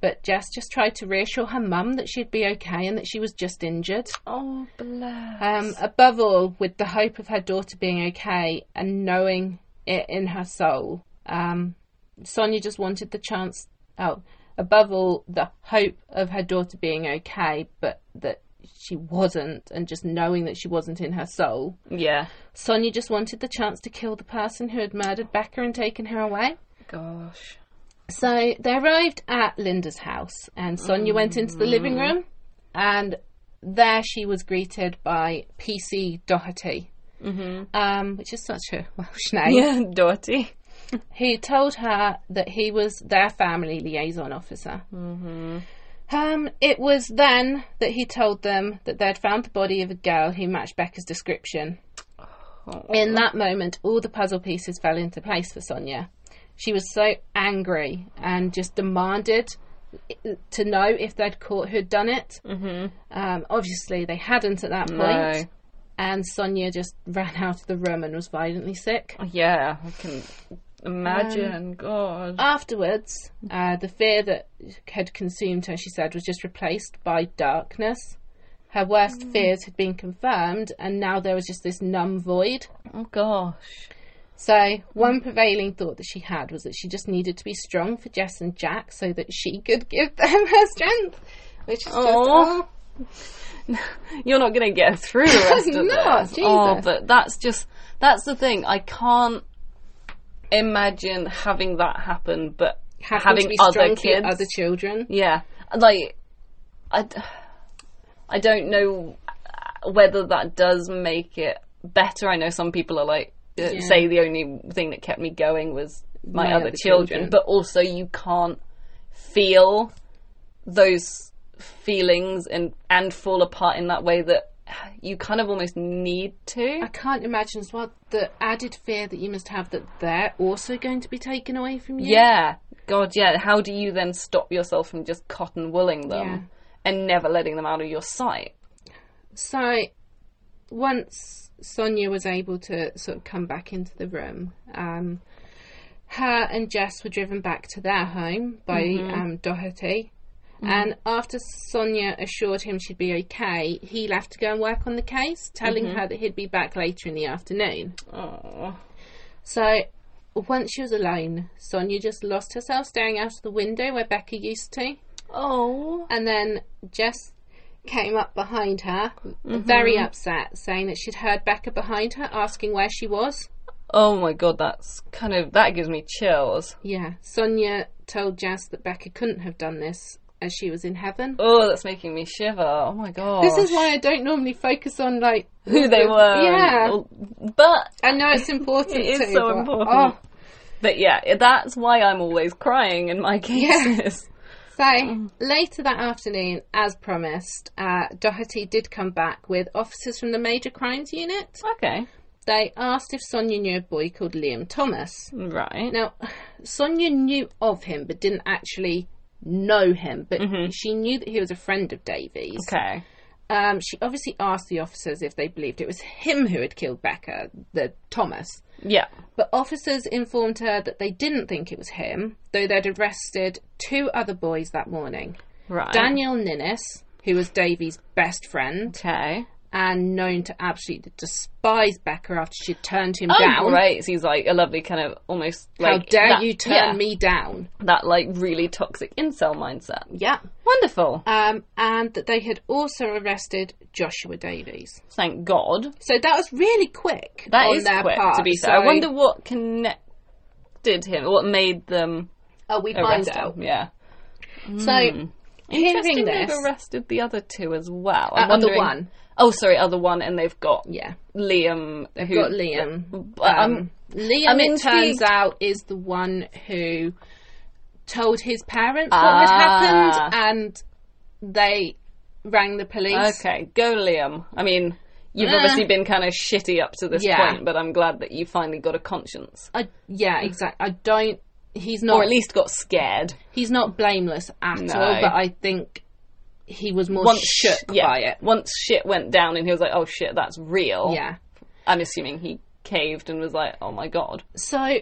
Speaker 1: But Jess just tried to reassure her mum that she'd be okay and that she was just injured.
Speaker 2: Oh, bless.
Speaker 1: Um, above all, with the hope of her daughter being okay and knowing it in her soul, um, Sonia just wanted the chance. Oh, above all, the hope of her daughter being okay, but that she wasn't, and just knowing that she wasn't in her soul.
Speaker 2: yeah.
Speaker 1: Sonia just wanted the chance to kill the person who had murdered Becca and taken her away.
Speaker 2: Gosh.
Speaker 1: So they arrived at Linda's house, and Sonia went into the living room, and there she was greeted by PC Doherty, mm-hmm. um, which is such a Welsh name,
Speaker 2: <laughs> Yeah, Dotty.
Speaker 1: who told her that he was their family liaison officer. Mm-hmm. Um, it was then that he told them that they had found the body of a girl who matched Becca's description. In that moment, all the puzzle pieces fell into place for Sonia. She was so angry and just demanded i- to know if they'd caught who'd done it. Mm-hmm. Um, obviously, they hadn't at that point.
Speaker 2: No.
Speaker 1: And Sonia just ran out of the room and was violently sick.
Speaker 2: Yeah, I can imagine. Um, God.
Speaker 1: Afterwards, uh, the fear that had consumed her, she said, was just replaced by darkness. Her worst
Speaker 2: Mm.
Speaker 1: fears had been confirmed, and now there was just this numb void.
Speaker 2: Oh gosh.
Speaker 1: So,
Speaker 2: Mm.
Speaker 1: one prevailing thought that she had was that she just needed to be strong for Jess and Jack so that she <laughs> could give them her strength. Which is just. oh,
Speaker 2: Aw. <laughs> You're not going to get through the <laughs> rest of
Speaker 1: No,
Speaker 2: this. Oh,
Speaker 1: Jesus.
Speaker 2: but that's just that's the thing. I can't imagine having that happen, but
Speaker 1: having, to
Speaker 2: having
Speaker 1: be
Speaker 2: other
Speaker 1: strong for
Speaker 2: kids.
Speaker 1: other children.
Speaker 2: Yeah, like I, d- I don't know whether that does make it better. I know some people are like uh,
Speaker 1: Yeah.
Speaker 2: say the only thing that kept me going was my, other, children,
Speaker 1: children.
Speaker 2: but also you can't feel those feelings and and fall apart in that way that you kind of almost need to.
Speaker 1: I can't imagine as well the added fear that you must have that they're also going to be taken away from you.
Speaker 2: Yeah. God, yeah. How do you then stop yourself from just cotton wooling them
Speaker 1: Yeah.
Speaker 2: and never letting them out of your sight?
Speaker 1: So once Sonia was able to sort of come back into the room, um, her and Jess were driven back to their home by um, Doherty. And after Sonia assured him she'd be okay, he left to go and work on the case, telling her that he'd be back later in the afternoon.
Speaker 2: Oh.
Speaker 1: So once she was alone, Sonia just lost herself staring out of the window where Becca used to.
Speaker 2: Oh.
Speaker 1: And then Jess came up behind her,
Speaker 2: Mm-hmm.
Speaker 1: very upset, saying that she'd heard Becca behind her asking where she was.
Speaker 2: Oh my god, that's kind of that gives me chills.
Speaker 1: Yeah, Sonia told Jess that Becca couldn't have done this as she was in heaven.
Speaker 2: Oh, that's making me shiver. Oh my god.
Speaker 1: This is why I don't normally focus on like
Speaker 2: who they were.
Speaker 1: Yeah.
Speaker 2: and- But
Speaker 1: I know
Speaker 2: <laughs>
Speaker 1: it's important.
Speaker 2: It is
Speaker 1: too,
Speaker 2: so
Speaker 1: but-
Speaker 2: important.
Speaker 1: Oh,
Speaker 2: but yeah, that's why I'm always crying in
Speaker 1: <laughs>
Speaker 2: my cases. Mm.
Speaker 1: so later that afternoon, as promised, uh, Doherty did come back with officers from the Major Crimes Unit.
Speaker 2: Okay.
Speaker 1: They asked if Sonia knew a boy called Liam Thomas.
Speaker 2: Right.
Speaker 1: Now, Sonia knew of him, but didn't actually know him. But she knew that he was a friend of Davies.
Speaker 2: Mm-hmm. Okay.
Speaker 1: Um, she obviously asked the officers if they believed it was him who had killed Becca, the Thomas.
Speaker 2: Yeah.
Speaker 1: But officers informed her that they didn't think it was him, though they'd arrested two other boys that morning:
Speaker 2: Right.
Speaker 1: Daniel Ninnis, who was Davies' best friend
Speaker 2: Okay.
Speaker 1: and known to absolutely despise Becca after she turned him
Speaker 2: Oh,
Speaker 1: down.
Speaker 2: great. So he's like a lovely kind of almost like
Speaker 1: How dare
Speaker 2: that-
Speaker 1: you turn
Speaker 2: yeah,
Speaker 1: me down?
Speaker 2: that like really toxic incel mindset.
Speaker 1: Yeah.
Speaker 2: Wonderful.
Speaker 1: um, and that they had also arrested Joshua Davies.
Speaker 2: Thank God.
Speaker 1: So that was really quick
Speaker 2: That
Speaker 1: on
Speaker 2: is
Speaker 1: their
Speaker 2: quick
Speaker 1: part.
Speaker 2: to be
Speaker 1: so
Speaker 2: fair. I wonder what connected him, what made them
Speaker 1: Oh, we find
Speaker 2: arrest
Speaker 1: out.
Speaker 2: him. Yeah,
Speaker 1: So hearing
Speaker 2: interesting. They've
Speaker 1: this,
Speaker 2: arrested the other two as well.
Speaker 1: uh,
Speaker 2: I'm
Speaker 1: other
Speaker 2: wondering-
Speaker 1: one,
Speaker 2: Oh, sorry, other one, and they've got
Speaker 1: yeah,
Speaker 2: Liam. who,
Speaker 1: got Liam.
Speaker 2: But, um,
Speaker 1: Um, Liam,
Speaker 2: I'm
Speaker 1: it turns
Speaker 2: intrigued.
Speaker 1: out, is the one who told his parents what had
Speaker 2: Ah.
Speaker 1: happened, and they rang the police.
Speaker 2: okay, go Liam. I mean, you've
Speaker 1: Uh.
Speaker 2: obviously been kind of shitty up to this
Speaker 1: Yeah.
Speaker 2: point, but I'm glad that you finally got a conscience,
Speaker 1: I, yeah, exactly. I don't. He's
Speaker 2: or
Speaker 1: not.
Speaker 2: at least got scared.
Speaker 1: He's not blameless at all. But I think he was more
Speaker 2: Once
Speaker 1: shook
Speaker 2: yeah,
Speaker 1: by it.
Speaker 2: Once shit went down, and he was like, "Oh shit, that's real."
Speaker 1: Yeah.
Speaker 2: I'm assuming he caved and was like, "Oh my god."
Speaker 1: So,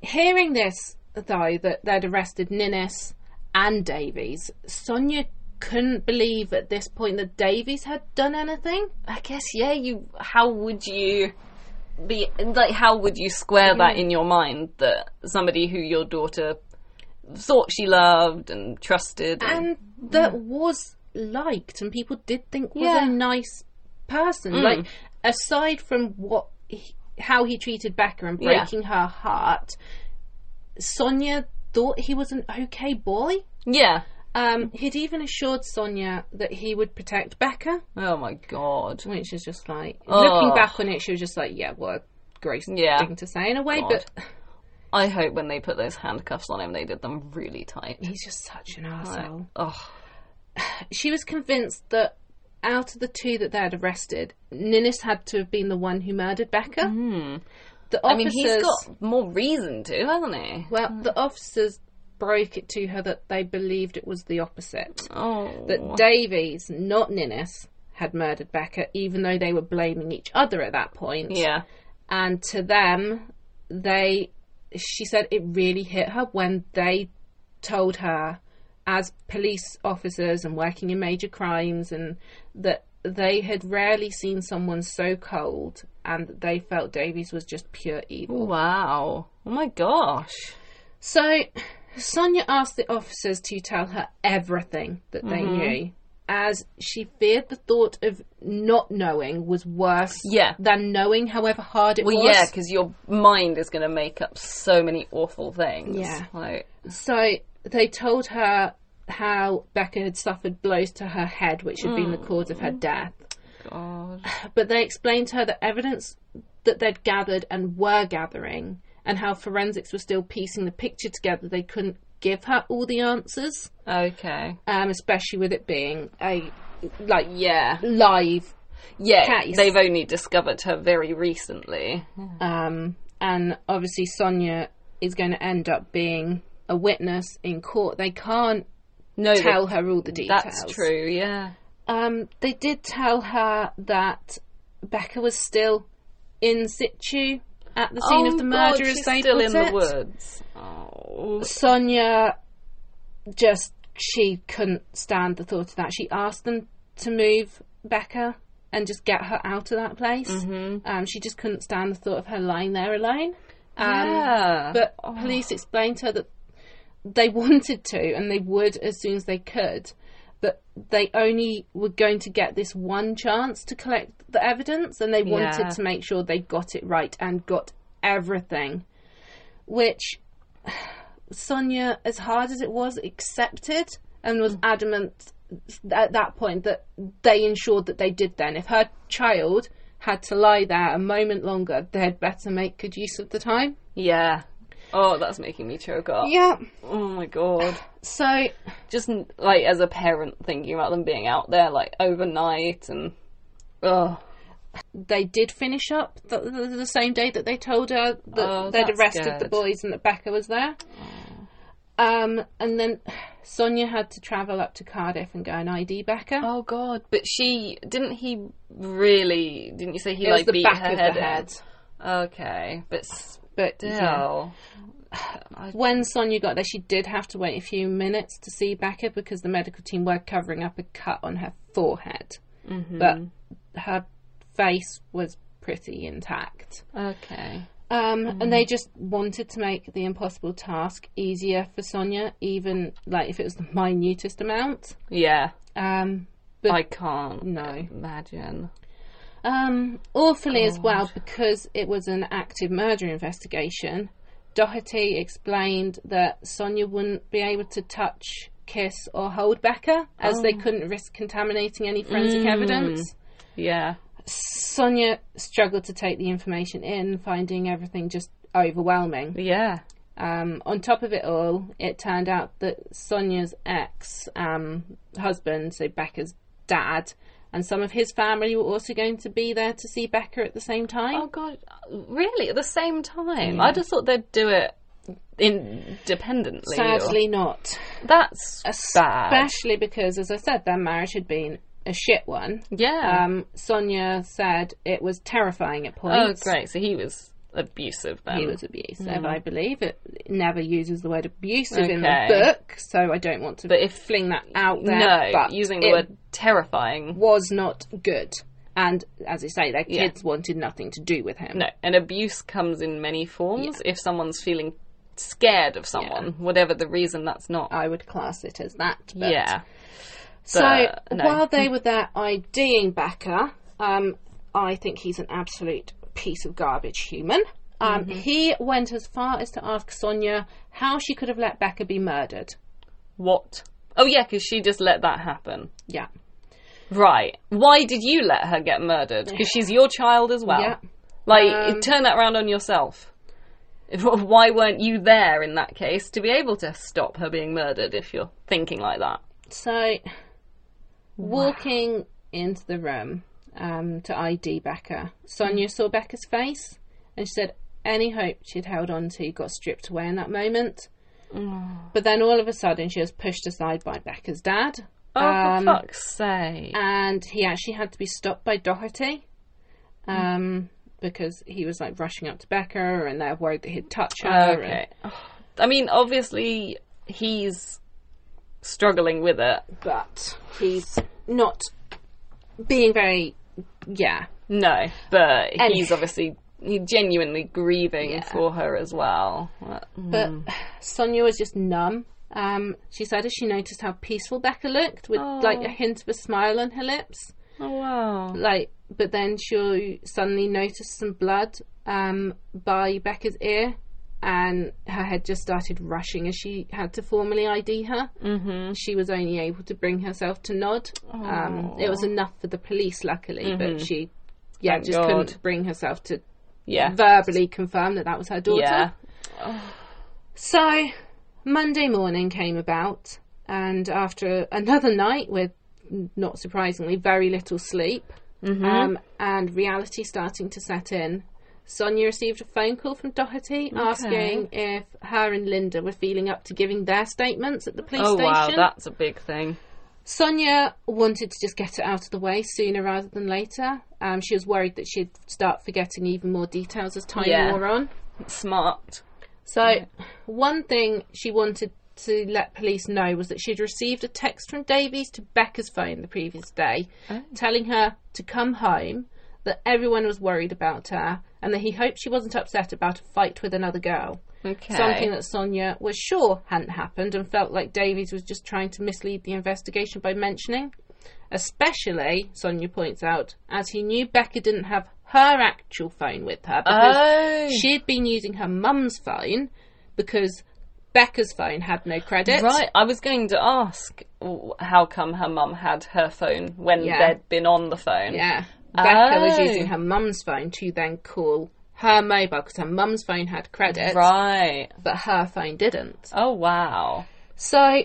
Speaker 1: hearing this, though, that they'd arrested Ninnis and Davies, Sonia couldn't believe at this point that Davies had done anything.
Speaker 2: I guess yeah. You how would you be like? How would you square
Speaker 1: Mm.
Speaker 2: that in your mind that somebody who your daughter thought she loved and trusted? And,
Speaker 1: And that was liked and people did think was
Speaker 2: Mm. Yeah. Mm.
Speaker 1: a nice person. Like, aside from what he, how he treated Becca and
Speaker 2: Yeah.
Speaker 1: breaking her heart, Sonia thought he was an okay boy.
Speaker 2: yeah.
Speaker 1: Um, he'd even assured Sonia that he would protect Becca,
Speaker 2: Oh my god.
Speaker 1: which is just like
Speaker 2: Oh.
Speaker 1: looking back on it, she was just like, "Yeah, what a great
Speaker 2: Yeah.
Speaker 1: thing to say in a way."
Speaker 2: God.
Speaker 1: But
Speaker 2: I hope when they put those handcuffs on him, they did them really tight.
Speaker 1: he's just such an asshole.
Speaker 2: Oh,
Speaker 1: she was convinced that out of the two that they had arrested, Ninnis had to have been the one who murdered Becca. The
Speaker 2: Hmm. I
Speaker 1: officers,
Speaker 2: mean, he's got Hmm. more reason to, hasn't he?
Speaker 1: well, the officers broke it to her that they believed it was the opposite.
Speaker 2: Oh,
Speaker 1: That Davies, not Ninnis, had murdered Becca, even though they were blaming each other at that point.
Speaker 2: yeah.
Speaker 1: and to them they she said it really hit her when they told her as police officers and working in major crimes and that they had rarely seen someone so cold and that they felt Davies was just pure evil.
Speaker 2: Wow. Oh my gosh.
Speaker 1: So Sonia asked the officers to tell her everything that they
Speaker 2: Mm-hmm.
Speaker 1: knew as she feared the thought of not knowing was worse
Speaker 2: Yeah.
Speaker 1: than knowing however hard it
Speaker 2: Well,
Speaker 1: was.
Speaker 2: yeah, because your mind is going to make up so many awful things.
Speaker 1: Yeah.
Speaker 2: Like,
Speaker 1: So they told her how Becca had suffered blows to her head, which had been the
Speaker 2: Mm.
Speaker 1: cause of her death.
Speaker 2: God.
Speaker 1: But they explained to her the evidence that they'd gathered and were gathering, and how forensics were still piecing the picture together. They couldn't give her all the answers,
Speaker 2: Okay.
Speaker 1: um, especially with it being a like
Speaker 2: Yeah.
Speaker 1: live
Speaker 2: Yeah.
Speaker 1: Case.
Speaker 2: They've only discovered her very recently.
Speaker 1: Um, and obviously, Sonia is going to end up being a witness in court. They can't
Speaker 2: No,
Speaker 1: tell her all the details.
Speaker 2: that's true. Yeah.
Speaker 1: um, they did tell her that Becca was still in situ at the scene of the murder,
Speaker 2: Oh God,
Speaker 1: as
Speaker 2: she's
Speaker 1: they
Speaker 2: still
Speaker 1: put
Speaker 2: in
Speaker 1: it.
Speaker 2: the woods. Oh.
Speaker 1: Sonia just she couldn't stand the thought of that. She asked them to move Becca and just get her out of that place.
Speaker 2: Mm-hmm.
Speaker 1: Um, she just couldn't stand the thought of her lying there alone.
Speaker 2: yeah.
Speaker 1: But police explained to her that they <laughs> wanted to and they would as soon as they could, but they only were going to get this one chance to collect the evidence and they wanted
Speaker 2: Yeah.
Speaker 1: to make sure they got it right and got everything. Which <sighs> Sonia, as hard as it was, accepted and was adamant at that point that they ensured that they did then. If her child had to lie there a moment longer, they had better make good use of the time.
Speaker 2: yeah. Oh, that's making me choke up.
Speaker 1: Yeah.
Speaker 2: Oh my god.
Speaker 1: So
Speaker 2: Just like as a parent thinking about them being out there like overnight and oh
Speaker 1: they did finish up the, the, the same day that they told her that
Speaker 2: Oh,
Speaker 1: they'd
Speaker 2: that's
Speaker 1: arrested the
Speaker 2: good. Oh.
Speaker 1: boys and that Becca was there. Um, and then Sonia had to travel up to Cardiff and go and ID Becca.
Speaker 2: oh god. But she didn't he really didn't you say he
Speaker 1: it
Speaker 2: like
Speaker 1: was the
Speaker 2: beat
Speaker 1: back
Speaker 2: her
Speaker 1: of
Speaker 2: head
Speaker 1: the
Speaker 2: in?
Speaker 1: head.
Speaker 2: Okay, but still.
Speaker 1: But yeah. when Sonia got there, she did have to wait a few minutes to see Becca because the medical team were covering up a cut on her forehead.
Speaker 2: Mm-hmm.
Speaker 1: But her face was pretty intact.
Speaker 2: Okay.
Speaker 1: Um, And they just wanted to make the impossible task easier for Sonia, even like if it was the <laughs> minutest amount.
Speaker 2: Yeah.
Speaker 1: Um, but
Speaker 2: I can't
Speaker 1: no.
Speaker 2: imagine.
Speaker 1: Um, awfully as well, because it was an active murder investigation, Doherty explained that Sonia wouldn't be able to touch, kiss, or hold Becca, as they couldn't risk contaminating any forensic evidence.
Speaker 2: Yeah.
Speaker 1: Sonia struggled to take the information in, finding everything just overwhelming.
Speaker 2: Yeah.
Speaker 1: Um, on top of it all, it turned out that Sonia's ex um, husband, so Becca's dad, and some of his family were also going to be there to see Becca at the same time.
Speaker 2: Oh god, really? At the same time?
Speaker 1: Mm.
Speaker 2: I just thought they'd do it independently. or-
Speaker 1: Sadly, not.
Speaker 2: that's bad.
Speaker 1: Especially because, as I said, their marriage had been a shit one.
Speaker 2: Yeah.
Speaker 1: Um, Sonia said it was terrifying at
Speaker 2: oh
Speaker 1: points.
Speaker 2: great. Mm-hmm. So he was abusive then.
Speaker 1: He was abusive, I believe. It never uses the word abusive in the
Speaker 2: Okay.
Speaker 1: book, so I don't want to
Speaker 2: But if-
Speaker 1: fling that out there.
Speaker 2: no,
Speaker 1: but
Speaker 2: using the
Speaker 1: it
Speaker 2: word terrifying.
Speaker 1: was not good. And as I say, their
Speaker 2: Yeah.
Speaker 1: kids wanted nothing to do with him.
Speaker 2: No, and abuse comes in many forms. If someone's feeling scared of someone, whatever the reason, that's not.
Speaker 1: I would class it as that. But.
Speaker 2: yeah.
Speaker 1: So
Speaker 2: but no.
Speaker 1: while
Speaker 2: <laughs>
Speaker 1: they were there IDing Becca, um, I think he's an absolute piece of garbage human. Um,
Speaker 2: Mm-hmm.
Speaker 1: He went as far as to ask Sonia how she could have let Becca be murdered.
Speaker 2: What? Oh yeah, because she just let that happen.
Speaker 1: Yeah.
Speaker 2: Right. Why did you let her get murdered? Because she's your child as well.
Speaker 1: Yeah. Um,
Speaker 2: Like, turn that round on yourself. <laughs> Why weren't you there in that case to be able to stop her being murdered if you're thinking like that?
Speaker 1: So Walking into the room um, to ID Becca, Sonia saw Becca's face and she said any hope she'd held on to got stripped away in that moment. But then all of a sudden she was pushed aside by Becca's dad
Speaker 2: Oh,
Speaker 1: Um,
Speaker 2: for fuck's sake.
Speaker 1: and he actually had to be stopped by Doherty um, because he was like rushing up to Becca and they're worried that he'd touch her. and-
Speaker 2: Okay. I mean, obviously, he's struggling with it.
Speaker 1: but he's not being very. Yeah.
Speaker 2: No, but
Speaker 1: And-
Speaker 2: he's obviously he genuinely grieving for her as well. What-
Speaker 1: But
Speaker 2: Mm.
Speaker 1: <sighs> Sonia was just numb. Um, she said as she noticed how peaceful Becca looked, with like a hint of a smile on her lips.
Speaker 2: Oh, wow.
Speaker 1: Like, but then she suddenly noticed some blood um, by Becca's ear, and her head just started rushing as she had to formally ID her. Mm-hmm. She was only able to bring herself to nod. Um, it was enough for the police, luckily, but she, yeah,
Speaker 2: Mm-hmm. Thank
Speaker 1: just
Speaker 2: God.
Speaker 1: couldn't bring herself to
Speaker 2: Yeah.
Speaker 1: verbally confirm that that was her daughter.
Speaker 2: Yeah.
Speaker 1: So Monday morning came about, and after another night with, not surprisingly, very little sleep
Speaker 2: Mm-hmm.
Speaker 1: um, and reality starting to set in, Sonia received a phone call from Doherty asking if her and Linda were feeling up to giving their statements at the police
Speaker 2: Oh,
Speaker 1: station.
Speaker 2: wow. That's a big thing.
Speaker 1: Sonia wanted to just get it out of the way sooner rather than later. Um, she was worried that she'd start forgetting even more details as time
Speaker 2: Yeah.
Speaker 1: wore on.
Speaker 2: Smart.
Speaker 1: So, one thing she wanted to let police know was that she'd received a text from Davies to Becca's phone the previous day
Speaker 2: Oh.
Speaker 1: telling her to come home, that everyone was worried about her, and that he hoped she wasn't upset about a fight with another girl.
Speaker 2: Okay.
Speaker 1: Something that Sonia was sure hadn't happened and felt like Davies was just trying to mislead the investigation by mentioning. Especially, Sonia points out, as he knew Becca didn't have her actual phone with her because
Speaker 2: Oh,
Speaker 1: she'd been using her mum's phone because Becca's phone had no credit.
Speaker 2: right. I was going to ask w- how come her mum had her phone when
Speaker 1: Yeah.
Speaker 2: they'd been on the phone.
Speaker 1: Yeah. Becca was
Speaker 2: Oh.
Speaker 1: using her mum's phone to then call her mobile because her mum's phone had credit,
Speaker 2: Right.
Speaker 1: but her phone didn't.
Speaker 2: Oh, wow.
Speaker 1: So,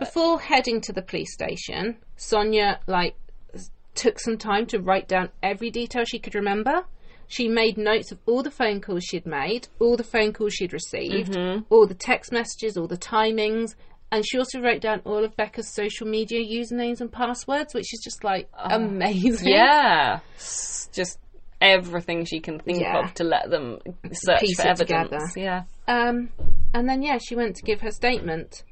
Speaker 1: before heading to the police station, Sonia like s- took some time to write down every detail she could remember. She made notes of all the phone calls she'd made, all the phone calls she'd received, all the text messages, all the timings, and she also wrote down all of Becca's social media usernames and passwords, which is just like amazing.
Speaker 2: Yeah. S- Just everything she can think
Speaker 1: Yeah.
Speaker 2: of to let them search
Speaker 1: Piece
Speaker 2: for
Speaker 1: it together.
Speaker 2: evidence. Yeah.
Speaker 1: Um, and then, yeah, she went to give her statement.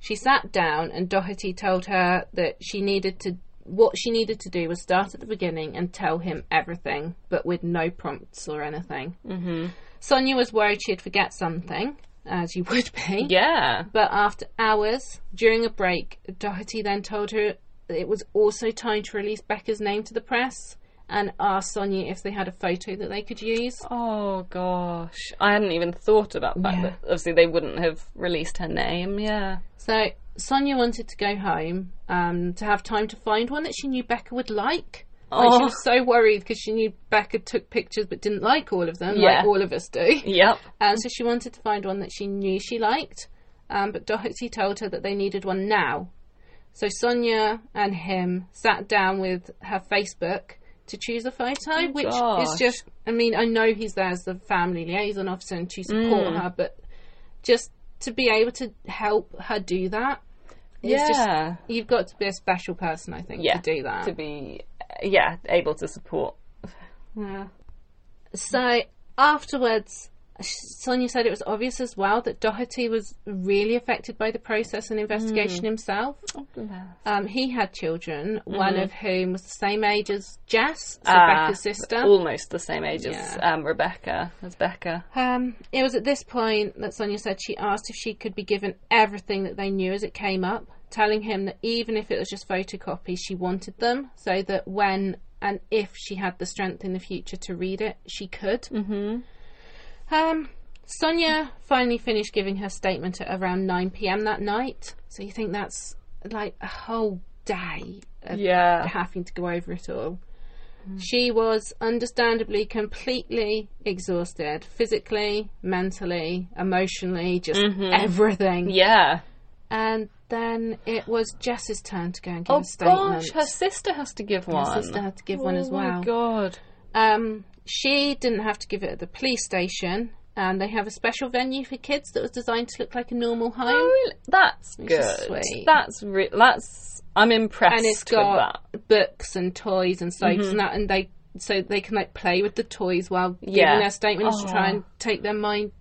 Speaker 1: She sat down, and Doherty told her that she needed to. What she needed to do was start at the beginning and tell him everything, but with no prompts or anything. Mm-hmm. Sonia was worried she'd forget something, as you <laughs> would be.
Speaker 2: Yeah.
Speaker 1: But after hours, during a break, Doherty then told her that it was also time to release Becca's name to the press and asked Sonia if they had a photo that they could use.
Speaker 2: Oh gosh, I hadn't even thought about the fact
Speaker 1: Yeah.
Speaker 2: that obviously they wouldn't have released her name. Yeah.
Speaker 1: So Sonia wanted to go home um, to have time to find one that she knew Becca would like. Like she
Speaker 2: Oh.
Speaker 1: was so worried because she knew Becca took pictures but didn't like all of them,
Speaker 2: Yeah.
Speaker 1: like all of us do.
Speaker 2: Yep.
Speaker 1: And Uh, so she wanted to find one that she knew she liked. Um, but Doherty told her that they needed one now. So Sonia and him sat down with her Facebook to choose a photo, which
Speaker 2: Oh gosh.
Speaker 1: is just, I mean, I know he's there as the family liaison officer and to support
Speaker 2: Mm.
Speaker 1: her, but just to be able to help her do that, it's just,
Speaker 2: yeah.
Speaker 1: you've got to be a special person, I think,
Speaker 2: Yeah.
Speaker 1: to do that.
Speaker 2: To be, yeah, able to support.
Speaker 1: So afterwards, Sonia said it was obvious as well that Doherty was really affected by the process and investigation himself. Um, he had children, one of whom was the same age as Jess, so
Speaker 2: Ah,
Speaker 1: Becca's sister.
Speaker 2: Almost the same age as
Speaker 1: Yeah.
Speaker 2: um, Rebecca. As Becca.
Speaker 1: Um, it was at this point that Sonia said she asked if she could be given everything that they knew as it came up, telling him that even if it was just photocopies, she wanted them so that when and if she had the strength in the future to read it, she could. Mm-hmm. Um, Sonia finally finished giving her statement at around 9 pm that night. So you think that's like a whole day of
Speaker 2: Yeah.
Speaker 1: having to go over it all.
Speaker 2: Mm.
Speaker 1: She was understandably completely exhausted,
Speaker 2: Mm-hmm.
Speaker 1: physically, mentally, emotionally, just everything.
Speaker 2: Yeah.
Speaker 1: And then it was Jess's turn to go and give
Speaker 2: Oh
Speaker 1: a statement.
Speaker 2: gosh, her sister has to give
Speaker 1: My
Speaker 2: one.
Speaker 1: sister had to give one as
Speaker 2: Oh
Speaker 1: well.
Speaker 2: my god.
Speaker 1: Um, she didn't have to give it at the police station, and they have a special venue for kids that was designed to look like a normal home.
Speaker 2: Oh, Really? That's
Speaker 1: is
Speaker 2: good.
Speaker 1: sweet.
Speaker 2: That's re- that's I'm impressed
Speaker 1: and it's
Speaker 2: with
Speaker 1: got
Speaker 2: that. Mm-hmm.
Speaker 1: books and toys and soaps and that, and they so they can like play with the toys while
Speaker 2: Yeah.
Speaker 1: giving their statements to try
Speaker 2: Oh.
Speaker 1: and take their mind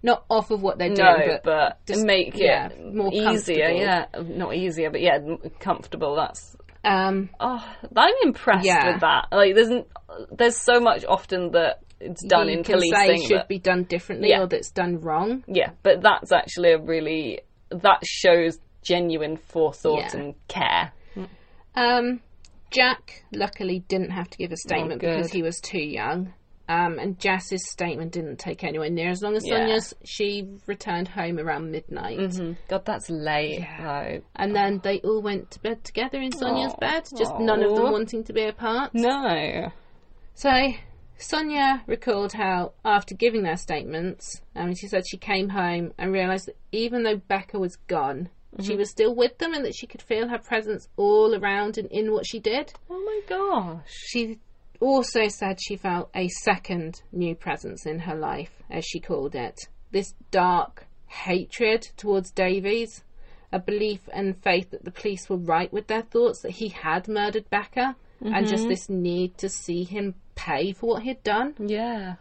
Speaker 1: not off of what they're
Speaker 2: No,
Speaker 1: doing, but
Speaker 2: but
Speaker 1: just-
Speaker 2: make it
Speaker 1: yeah, more
Speaker 2: easier.
Speaker 1: comfortable.
Speaker 2: Yeah, not easier, but yeah, m- comfortable. That's
Speaker 1: um,
Speaker 2: oh, I'm impressed
Speaker 1: Yeah.
Speaker 2: with that. Like, there's n- there's so much often that it's done
Speaker 1: you
Speaker 2: in
Speaker 1: can say
Speaker 2: policing.
Speaker 1: should
Speaker 2: that-
Speaker 1: be done differently
Speaker 2: Yeah.
Speaker 1: or that's done wrong.
Speaker 2: Yeah, but that's actually a really that shows genuine forethought
Speaker 1: Yeah.
Speaker 2: and care.
Speaker 1: Um, Jack luckily didn't have to give a statement
Speaker 2: good.
Speaker 1: because he was too young. Um, and Jess's statement didn't take anywhere near as long as
Speaker 2: Yeah. Mm-hmm.
Speaker 1: Sonia's. She returned home around midnight.
Speaker 2: God, that's late. though.
Speaker 1: And then they all went to bed together in Sonia's
Speaker 2: Aw.
Speaker 1: bed, just none of
Speaker 2: Aw.
Speaker 1: them wanting to be apart.
Speaker 2: No.
Speaker 1: So Sonia recalled how, after giving their statements, um, she said she came home and realised that even though Becca was gone, she was still with them and that she could feel her presence all around and in what she did.
Speaker 2: Oh my gosh.
Speaker 1: She also said she felt a second new presence in her life, as she called it. This dark hatred towards Davies, a belief and faith that the police were right with their thoughts that he had murdered Becca, and just this need to see him pay for what he'd done.
Speaker 2: Yeah.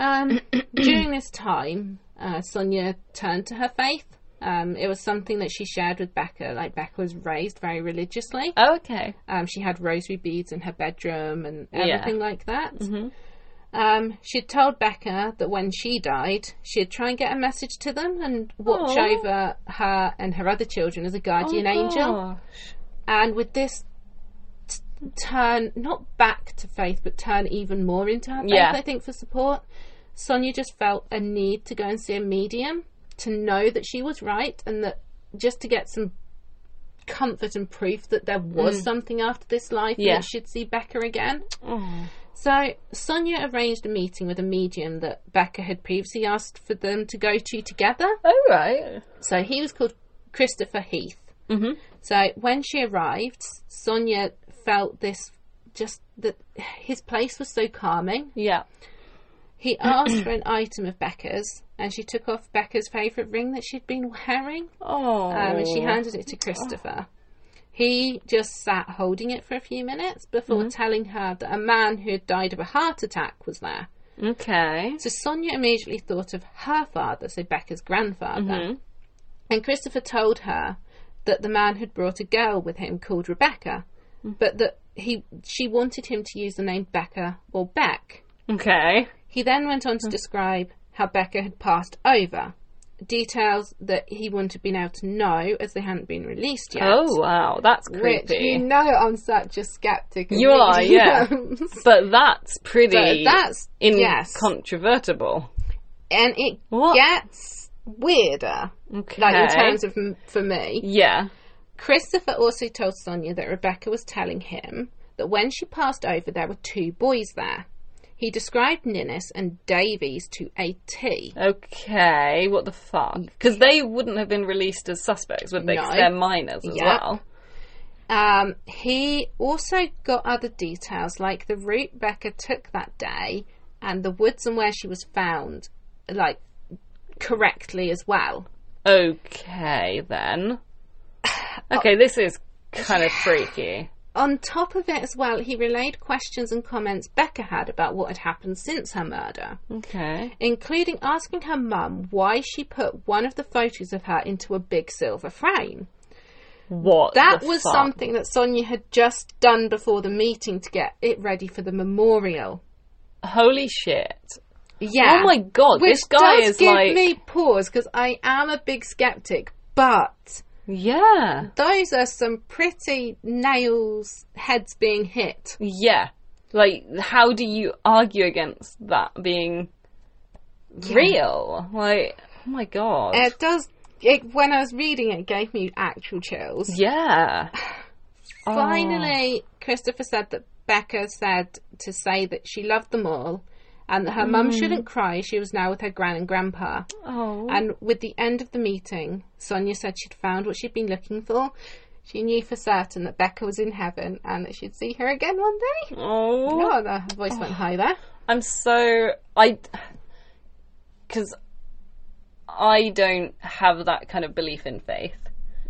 Speaker 1: Um, during this time, uh, Sonia turned to her faith. Um, it was something that she shared with Becca. Like Becca was raised very religiously.
Speaker 2: Oh, okay.
Speaker 1: Um, she had rosary beads in her bedroom and
Speaker 2: Yeah. Mm-hmm.
Speaker 1: everything like that. Um, she'd told Becca that when she died, she'd try and get a message to them and watch
Speaker 2: Aw.
Speaker 1: over her and her other children as a guardian
Speaker 2: Oh
Speaker 1: angel.
Speaker 2: gosh.
Speaker 1: And with this t- turn, not back to faith, but turn even more into her faith,
Speaker 2: Yeah.
Speaker 1: I think, for support, Sonia just felt a need to go and see a medium to know that she was right and that just to get some comfort and proof that there was something after this life
Speaker 2: Mm. Yeah.
Speaker 1: and that she'd see Becca again.
Speaker 2: Oh.
Speaker 1: So Sonia arranged a meeting with a medium that Becca had previously asked for them to go to together.
Speaker 2: All Oh, right.
Speaker 1: So he was called Christopher Heath.
Speaker 2: Mhm.
Speaker 1: So when she arrived, Sonia felt this just that his place was so calming.
Speaker 2: Yeah.
Speaker 1: He asked for an item of Becca's, and she took off Becca's favourite ring that she'd been wearing,
Speaker 2: Oh.
Speaker 1: um, and she handed it to Christopher. He just sat holding it for a few minutes before telling her that a man who had died of a heart attack was there.
Speaker 2: Oh. Okay.
Speaker 1: So Sonia immediately thought of her father, so Becca's grandfather.
Speaker 2: Mm-hmm.
Speaker 1: And Christopher told her that the man had brought a girl with him called Rebecca,
Speaker 2: Mm.
Speaker 1: but that he she wanted him to use the name Becca or Beck.
Speaker 2: Okay.
Speaker 1: He then went
Speaker 2: Mm.
Speaker 1: on to describe how Becca had passed over, details that he wouldn't have been able to know as they hadn't been released yet.
Speaker 2: Oh wow, that's
Speaker 1: Which you
Speaker 2: creepy.
Speaker 1: know I'm such a skeptic. of
Speaker 2: You are,
Speaker 1: <laughs>
Speaker 2: yeah.
Speaker 1: mediums.
Speaker 2: But that's
Speaker 1: But
Speaker 2: pretty
Speaker 1: that's yes,
Speaker 2: incontrovertible.
Speaker 1: and it
Speaker 2: What?
Speaker 1: gets weirder.
Speaker 2: Okay.
Speaker 1: Like in terms of m- for me,
Speaker 2: Yeah.
Speaker 1: Christopher also told Sonia that Rebecca was telling him that when she passed over, there were two boys there. He described Ninnis and Davies to a T.
Speaker 2: Okay. What the fuck? Because they wouldn't have been released as suspects, would they? 'Cause
Speaker 1: No.
Speaker 2: they're minors as
Speaker 1: Yeah.
Speaker 2: well.
Speaker 1: Um, he also got other details, like the route Becca took that day and the woods and where she was found, like correctly as well.
Speaker 2: Okay
Speaker 1: <sighs>
Speaker 2: then. Okay, this is kind of freaky.
Speaker 1: On top of it, as well, he relayed questions and comments Becca had about what had happened since her murder.
Speaker 2: Okay.
Speaker 1: including asking her mum why she put one of the photos of her into a big silver frame.
Speaker 2: What?
Speaker 1: That
Speaker 2: the
Speaker 1: was
Speaker 2: fuck?
Speaker 1: something that Sonia had just done before the meeting to get it ready for the memorial.
Speaker 2: Holy shit.
Speaker 1: Yeah.
Speaker 2: Oh my god,
Speaker 1: Which
Speaker 2: this guy
Speaker 1: does
Speaker 2: is
Speaker 1: give
Speaker 2: like.
Speaker 1: me pause because I am a big skeptic, but
Speaker 2: Yeah.
Speaker 1: those are some pretty nails heads being hit.
Speaker 2: Yeah. Like, how do you argue against that being real? Like, oh my god.
Speaker 1: It does. It, when I was reading it, it gave me actual chills.
Speaker 2: yeah. Oh.
Speaker 1: Finally, Christopher said that Becca said to say that she loved them all and that her mum
Speaker 2: Mm.
Speaker 1: shouldn't cry. She was now with her gran and grandpa.
Speaker 2: Oh.
Speaker 1: And with the end of the meeting, Sonia said she'd found what she'd been looking for. She knew for certain that Becca was in heaven and that she'd see her again one day.
Speaker 2: oh.
Speaker 1: Oh, the voice went high there.
Speaker 2: I'm so I because I don't have that kind of belief in faith.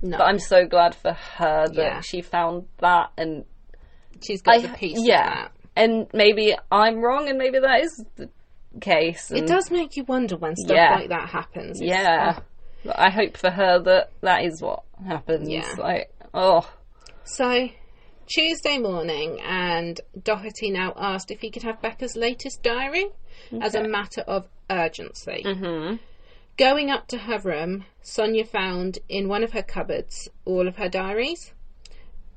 Speaker 1: No,
Speaker 2: But I'm so glad for her that
Speaker 1: Yeah.
Speaker 2: she found that and
Speaker 1: she's got
Speaker 2: I-
Speaker 1: the peace.
Speaker 2: yeah.
Speaker 1: of that.
Speaker 2: and maybe I'm wrong and maybe that is the case.
Speaker 1: It
Speaker 2: and-
Speaker 1: does make you wonder when stuff
Speaker 2: Yeah.
Speaker 1: like that happens. It's-
Speaker 2: Yeah. But I hope for her that that is what happens.
Speaker 1: Yeah.
Speaker 2: Like, oh,
Speaker 1: So, Tuesday morning, and Doherty now asked if he could have Becca's latest diary as a matter of urgency.
Speaker 2: Mm-hmm.
Speaker 1: Going up to her room, Sonia found in one of her cupboards all of her diaries.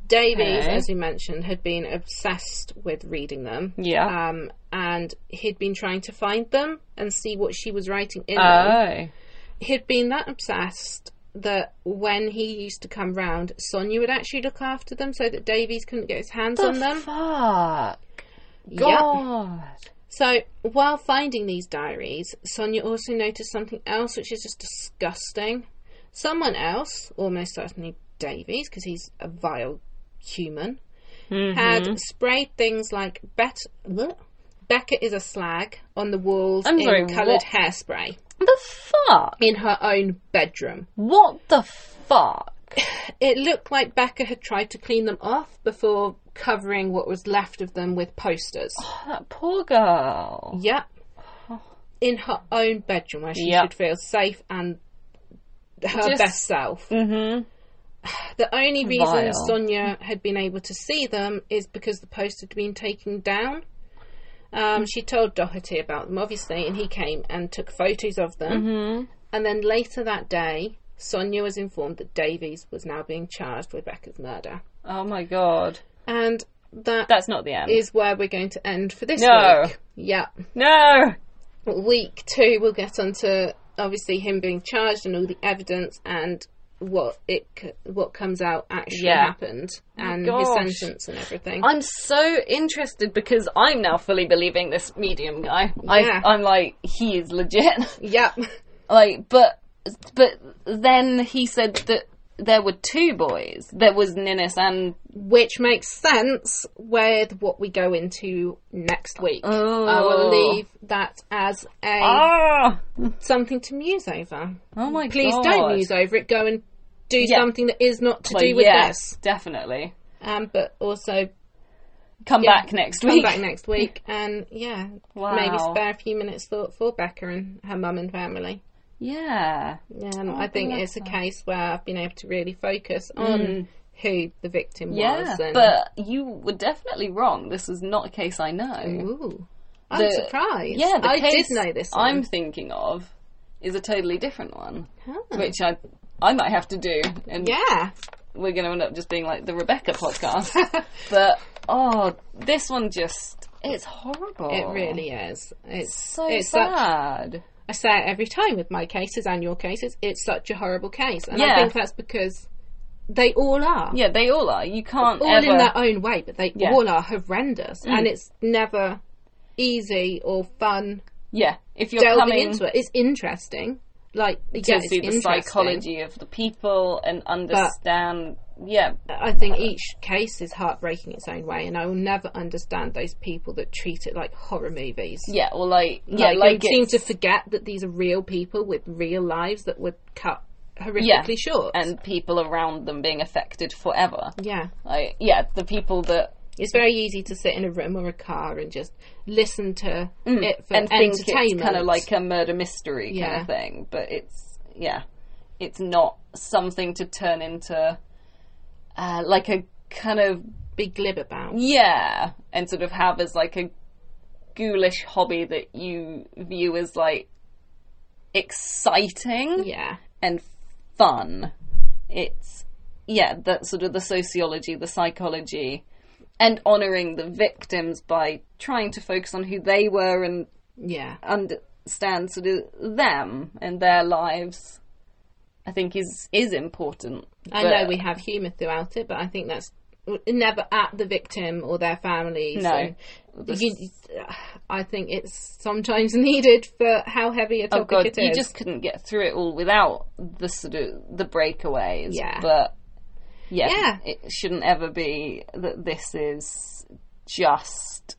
Speaker 1: Davies,
Speaker 2: Okay.
Speaker 1: as we mentioned, had been obsessed with reading them.
Speaker 2: yeah.
Speaker 1: Um, and he'd been trying to find them and see what she was writing in them
Speaker 2: oh.
Speaker 1: he'd been that obsessed that when he used to come round, Sonia would actually look after them so that Davies couldn't get his hands on them.
Speaker 2: Fuck.
Speaker 1: Yeah.
Speaker 2: God.
Speaker 1: So while finding these diaries, Sonia also noticed something else which is just disgusting. Someone else, almost certainly Davies, because he's a vile human,
Speaker 2: Mm-hmm.
Speaker 1: had sprayed things like Bet- bleh, Becca is a slag on the walls
Speaker 2: I'm
Speaker 1: in
Speaker 2: sorry,
Speaker 1: coloured
Speaker 2: what?
Speaker 1: hairspray
Speaker 2: The fuck?
Speaker 1: in her own bedroom.
Speaker 2: What the fuck?
Speaker 1: It looked like Becca had tried to clean them off before covering what was left of them with
Speaker 2: <gasps>
Speaker 1: posters.
Speaker 2: That poor girl. <sighs>
Speaker 1: Yep. In her own bedroom where she
Speaker 2: Yep.
Speaker 1: should feel safe and her
Speaker 2: Just-
Speaker 1: best self.
Speaker 2: Mm
Speaker 1: <sighs> The only reason
Speaker 2: Vile.
Speaker 1: Sonia had been able to see them is because the post had been taken down. Um, she told Doherty about them, obviously, and he came and took photos of them.
Speaker 2: Mm-hmm.
Speaker 1: And then later that day, Sonia was informed that Davies was now being charged with Becca's murder.
Speaker 2: hmm. Oh my god.
Speaker 1: And that
Speaker 2: That's not the end.
Speaker 1: is where we're going to end for this
Speaker 2: No.
Speaker 1: week. Yeah.
Speaker 2: No!
Speaker 1: Week two, we'll get onto obviously him being charged and all the evidence and what it c- what comes out actually
Speaker 2: Yeah.
Speaker 1: happened and
Speaker 2: gosh.
Speaker 1: his sentence and everything.
Speaker 2: I'm so interested because I'm now fully believing this medium guy.
Speaker 1: Yeah.
Speaker 2: I, I'm like, he is legit. <laughs>
Speaker 1: yep.
Speaker 2: like but but then he said that there were two boys there was ninnis and
Speaker 1: Which makes sense with what we go into next week.
Speaker 2: Oh.
Speaker 1: I will leave that as a
Speaker 2: ah
Speaker 1: something to muse over.
Speaker 2: oh my
Speaker 1: Please
Speaker 2: god
Speaker 1: don't muse over it. Go and do
Speaker 2: Yeah.
Speaker 1: something that is not to
Speaker 2: Well,
Speaker 1: do with
Speaker 2: yeah,
Speaker 1: this.
Speaker 2: definitely
Speaker 1: Um, but also
Speaker 2: come
Speaker 1: Yeah.
Speaker 2: back next
Speaker 1: come
Speaker 2: week
Speaker 1: back next week and yeah
Speaker 2: Wow.
Speaker 1: maybe spare a few minutes thought for becca and her mum and family
Speaker 2: yeah Oh,
Speaker 1: um, i think it's a case where i've been able to really focus on who the victim
Speaker 2: Mm. yeah
Speaker 1: was and
Speaker 2: but you were definitely wrong this is not a case i know
Speaker 1: Ooh, i'm
Speaker 2: The-
Speaker 1: surprised
Speaker 2: yeah the
Speaker 1: i
Speaker 2: case
Speaker 1: did know this
Speaker 2: i'm
Speaker 1: one.
Speaker 2: thinking of is a totally different one
Speaker 1: Huh.
Speaker 2: which i i might have to do and
Speaker 1: yeah
Speaker 2: we're going to end up just being like the Rebecca
Speaker 1: <laughs>
Speaker 2: podcast. but oh, this one just—it's horrible.
Speaker 1: it really is it's
Speaker 2: so
Speaker 1: it's such
Speaker 2: sad.
Speaker 1: i say it every time with my cases and your cases it's such a horrible case and i
Speaker 2: Yeah.
Speaker 1: think that's because they all are
Speaker 2: Yeah, they all are. You can't
Speaker 1: all
Speaker 2: ever.
Speaker 1: in their own way, but they
Speaker 2: Yeah. Mm.
Speaker 1: all are horrendous, and it's never easy or fun
Speaker 2: yeah, if you're
Speaker 1: delving
Speaker 2: coming
Speaker 1: into it. It's interesting, like
Speaker 2: to
Speaker 1: yeah, it's
Speaker 2: see the
Speaker 1: interesting.
Speaker 2: psychology of the people and understand, yeah,
Speaker 1: I think each case is heartbreaking its own way, and I will never understand those people that treat it like horror movies.
Speaker 2: yeah, or like, yeah,
Speaker 1: Like,
Speaker 2: like
Speaker 1: they seem
Speaker 2: it's,
Speaker 1: to forget that these are real people with real lives that were cut horrifically short.
Speaker 2: and people around them being affected forever.
Speaker 1: yeah,
Speaker 2: Like, yeah, the people that
Speaker 1: it's very easy to sit in a room or a car and just listen to it for
Speaker 2: Mm. and think
Speaker 1: entertainment.
Speaker 2: it's kind of like a murder mystery kind
Speaker 1: Yeah.
Speaker 2: of thing, but it's yeah, it's not something to turn into uh, like a kind of
Speaker 1: be glib about.
Speaker 2: yeah, and sort of have as like a ghoulish hobby that you view as like exciting
Speaker 1: Yeah.
Speaker 2: and fun. It's yeah, that sort of the sociology, the psychology, and honouring the victims by trying to focus on who they were and
Speaker 1: Yeah.
Speaker 2: understand sort of them and their lives i think is is important
Speaker 1: I
Speaker 2: But
Speaker 1: know we have humour throughout it, but I think that's never at the victim or their families.
Speaker 2: No.
Speaker 1: and you, I think it's sometimes <laughs> needed for how heavy a
Speaker 2: Oh
Speaker 1: topic
Speaker 2: god,
Speaker 1: it is.
Speaker 2: you just couldn't get through it all without the sort of the breakaways.
Speaker 1: Yeah.
Speaker 2: but yeah,
Speaker 1: Yeah.
Speaker 2: it shouldn't ever be that this is just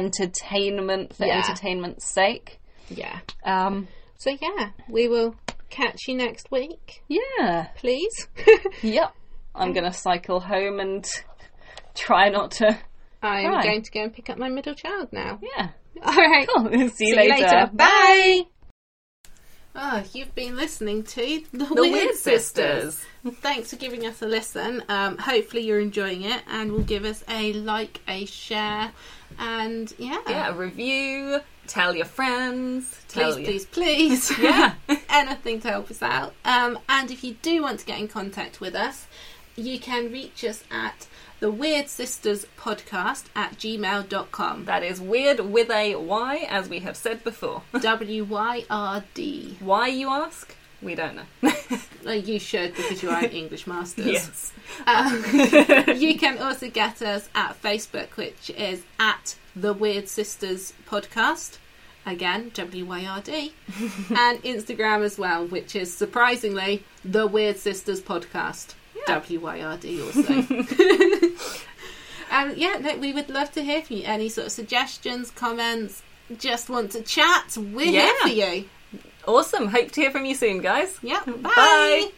Speaker 2: entertainment for
Speaker 1: Yeah.
Speaker 2: entertainment's sake.
Speaker 1: yeah.
Speaker 2: Um,
Speaker 1: So yeah, we will catch you next week,
Speaker 2: yeah,
Speaker 1: please. <laughs>
Speaker 2: yep. I'm gonna cycle home and <laughs> try not to.
Speaker 1: I'm
Speaker 2: Right.
Speaker 1: going to go and pick up my middle child now.
Speaker 2: Yeah,
Speaker 1: All right.
Speaker 2: cool. See you,
Speaker 1: See you later. Bye. Oh, you've been listening to The, Weird, Sisters. Thanks for giving us a listen. Um, hopefully, you're enjoying it and will give us a like, a share, and yeah.
Speaker 2: Yeah, review. Tell your friends. Tell
Speaker 1: Please,
Speaker 2: your
Speaker 1: please, please. <laughs>
Speaker 2: Yeah.
Speaker 1: Anything to help us out. Um, and if you do want to get in contact with us, you can reach us at the Weird Sisters Podcast at gmail.com.
Speaker 2: That is weird with a Y, as we have said before. <laughs>
Speaker 1: W Y R D.
Speaker 2: Why, you ask? We don't know. <laughs>
Speaker 1: Well, you should because you are an English masters.
Speaker 2: yes.
Speaker 1: Um, <laughs> you can also get us at Facebook, which is at the Weird Sisters Podcast. Again, <laughs> WYRD. and Instagram as well, which is surprisingly the Weird Sisters Podcast. WYRD <laughs> also. um, yeah, no, we would love to hear from you. Any sort of suggestions, comments, just want to chat, we're
Speaker 2: Yeah.
Speaker 1: here for you.
Speaker 2: Awesome. Hope to hear from you soon, guys.
Speaker 1: Yeah, bye.
Speaker 2: Bye.